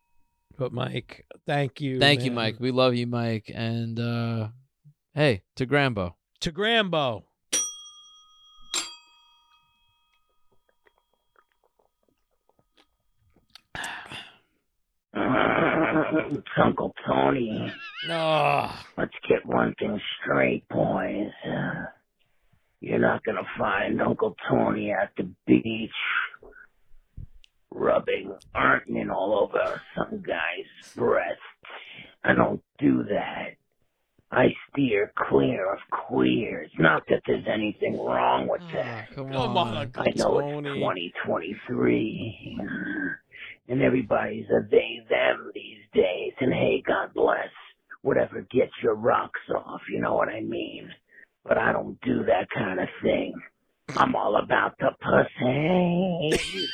But Mike, thank you.
thank you
man.
Mike. We love you Mike and uh hey, to Grambo.
To Grambo.
it's Uncle Tony.
No.
Let's get one thing straight, boys. uh, You're not gonna find Uncle Tony at the beach rubbing artenin all over some guy's breast. I don't do that. I steer clear of queers. Not that there's anything wrong with that.
Come,
on, Uncle
I know
Tony.
it's 2023, and everybody's a they them these days. And hey, God bless whatever gets your rocks off. You know what I mean? But I don't do that kind of thing. I'm all about the pussy.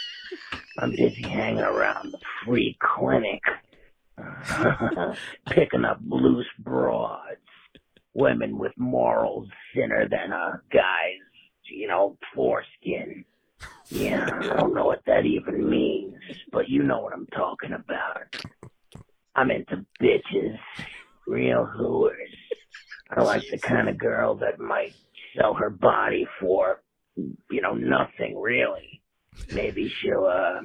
I'm busy hanging around the free clinic, picking up loose broads, women with morals thinner than a guy's, you know, foreskin. Yeah, I don't know what that even means, but you know what I'm talking about. I'm into bitches, real hooers. I like the kind of girl that might sell her body for, you know, nothing really. Maybe she'll, uh,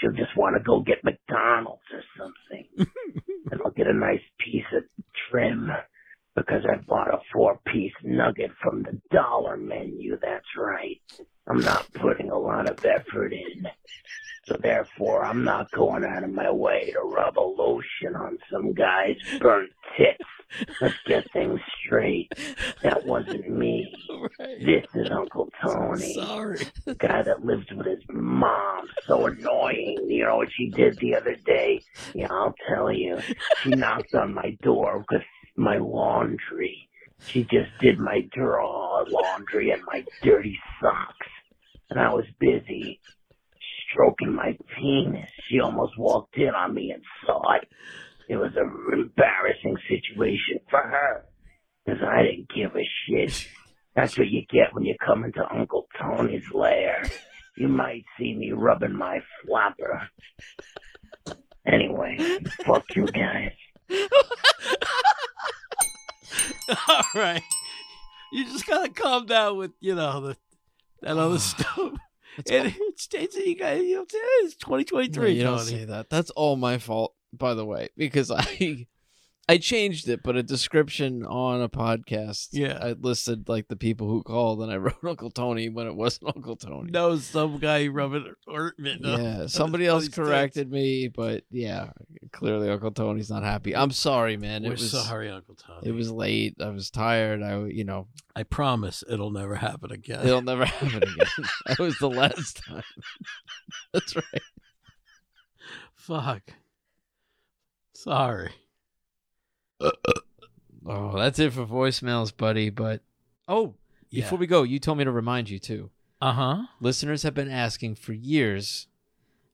She'll just want to go get McDonald's or something. and I'll get a nice piece of trim because I bought a four piece nugget from the dollar menu. That's right. I'm not putting a lot of effort in. So therefore, I'm not going out of my way to rub a lotion on some guy's burnt tits. Let's get things straight. That wasn't me. This is Uncle Tony. Sorry. The guy that lives with his mom. So annoying. You know what she did the other day? Yeah, I'll tell you. She knocked on my door because my laundry. She just did my draw laundry and my dirty socks. And I was busy stroking my penis. She almost walked in on me and saw it. It was an embarrassing situation for her. Because I didn't give a shit. That's what you get when you come into Uncle Tony's lair. You might see me rubbing my flapper. Anyway, fuck you guys.
All right. You just gotta calm down with you know the that other stuff. And it's, it's you guys, you know, it's 2023.
you don't
Tony.
say that. That's all my fault, by the way, because I I changed it, but a description on a podcast.
Yeah.
I listed like the people who called, and I wrote Uncle Tony when it wasn't Uncle Tony.
No, some guy rubbing ointment. on-
Yeah, somebody
on
else
his tits.
corrected me, but yeah, clearly Uncle Tony's not happy. I'm sorry, man. It
We're
was
sorry, Uncle Tony.
It was late. I was tired. I, you know,
I promise it'll never happen again.
It'll never happen again. that was the last time. That's right.
Fuck. Sorry.
Oh, that's it for voicemails, buddy. But oh,
Yeah.
before we go, you told me to remind you too.
Uh huh.
Listeners have been asking for years.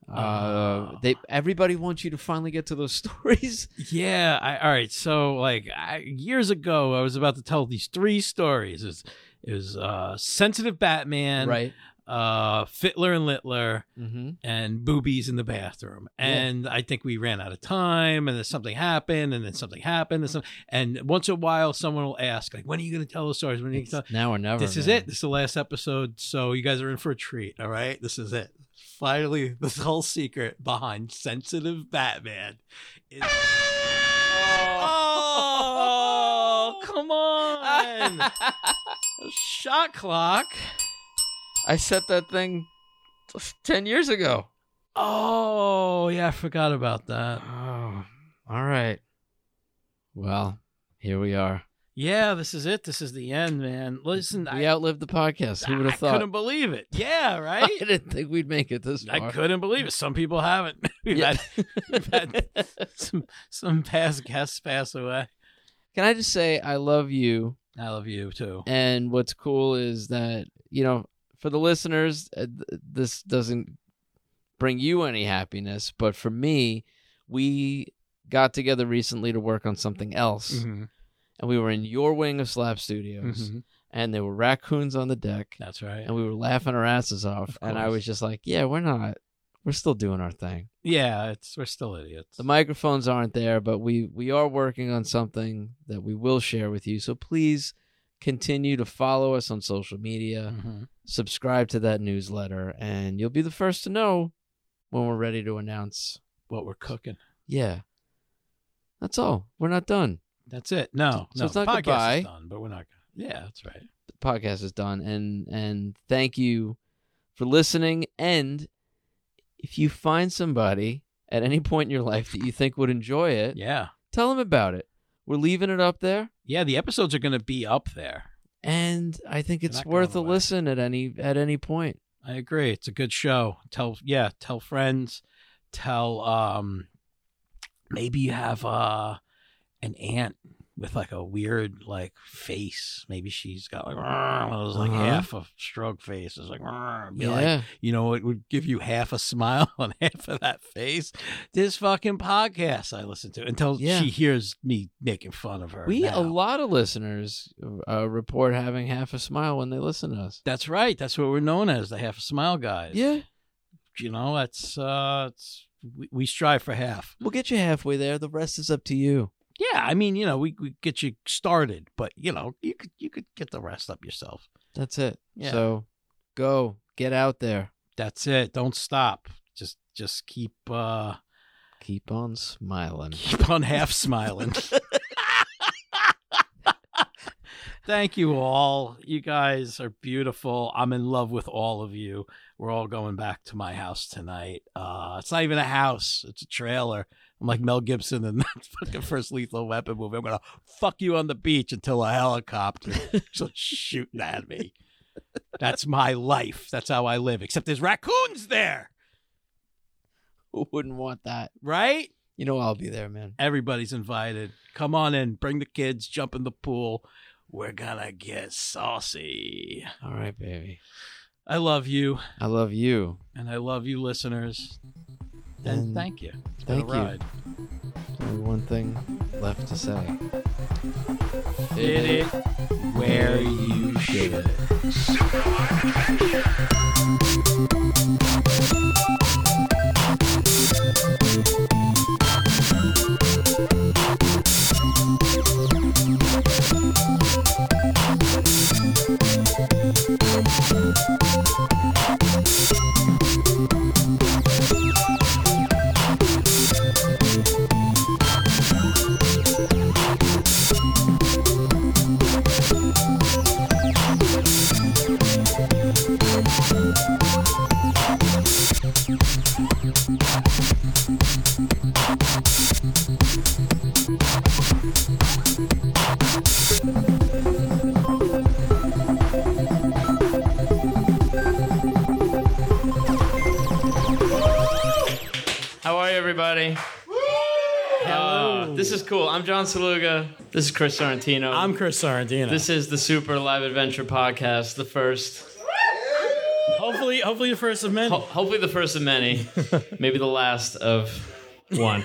Ah.
Uh, they everybody wants you to finally get to those stories.
Yeah. I, all right. So, like I, years ago, I was about to tell these three stories. It was, it was uh, sensitive Batman,
Right.
Uh, Fittler and Littler,
Mhm.
and boobies in the bathroom.
Yeah.
And I think we ran out of time, and then something happened, and then something happened, and some. And once in a while, someone will ask, like, "When are you going to tell those stories? When are you going to tell?"
Now or never.
This is
man.
it. This is the last episode. So you guys are in for a treat. All right. This is it. Finally, the whole secret behind sensitive Batman is. Oh, come on. Shot clock.
I set that thing ten years ago.
Oh, yeah. I forgot about that.
Oh, all right. Well, here we are.
Yeah. This is it. This is the end, man. Listen,
We
I,
outlived the podcast. Who would have
I
thought?
couldn't believe it. Yeah. Right.
I didn't think we'd make it this far.
I couldn't believe it. Some people haven't. We've
Yeah.
had, we've had some some past guests pass away.
Can I just say I love you?
I love you too.
And what's cool is that you know, for the listeners, uh, th- this doesn't bring you any happiness, but for me, we got together recently to work on something else,
Mhm.
and we were in your wing of Slap Studios.
Mhm.
And there were raccoons on the deck.
That's right.
And we were laughing our asses off. and I
course.
was just like, yeah, we're not. We're still doing our thing.
Yeah, it's we're still idiots.
The microphones aren't there, but we we are working on something that we will share with you. So please continue to follow us on social media,
Mm-hmm.
subscribe to that newsletter, and you'll be the first to know when we're ready to announce.
What we're cooking.
Yeah, that's all. We're not done.
That's it. No,
So
no,
it's not
the podcast
goodbye.
Is done, but we're not. Gonna, yeah, that's right.
The podcast is done, and and thank you for listening. And if you find somebody at any point in your life that you think would enjoy it,
Yeah,
tell them about it. We're leaving it up there.
yeah. The episodes are going to be up there.
and I think
They're
it's
not
worth a
going
listen at any at any point.
I agree. It's a good show. Tell yeah, tell friends. Tell um, maybe you have uh an aunt with like a weird like face. Maybe she's got like "Rrr," one of those like
Uh-huh.
half a stroke face. It's like "Rrr," be
Yeah.
like you know it would give you half a smile on half of that face. This fucking podcast I listen to until
Yeah.
she hears me making fun of her.
We
now.
a lot of listeners uh, report having half a smile when they listen to us.
That's right. That's what we're known as, the half a smile guys.
Yeah,
You know, that's uh, it's we, we strive for half.
we'll get you halfway there. The rest is up to you.
Yeah, I mean, you know, we, we get you started, but you know, you could you could get the rest up yourself.
That's it.
Yeah.
So go get out there.
That's it. Don't stop. Just just keep uh
keep on smiling.
Keep on half smiling. Thank you all. You guys are beautiful. I'm in love with all of you. We're all going back to my house tonight. Uh, it's not even a house, it's a trailer. I'm like Mel Gibson in that fucking first Lethal Weapon movie. I'm going to fuck you on the beach until a helicopter starts shooting at me. That's my life. That's how I live, except there's raccoons there.
Who wouldn't want that?
Right?
You know I'll be there, man.
Everybody's invited. Come on in. Bring the kids. Jump in the pool. We're gonna get saucy.
All right, baby.
I love you,
I love you.
and I love you, listeners. And,
And
thank you. It's been a
Thank you.
ride.
Only one thing left to say.
Did it where you should.
How are you, everybody? Uh, this is cool. I'm John Saluga. This is Chris Sorrentino. I'm
Chris Sorrentino.
This is the Super Live Adventure Podcast, the first.
Hopefully, hopefully the first of many.
Hopefully, the first of many. Maybe the last of one.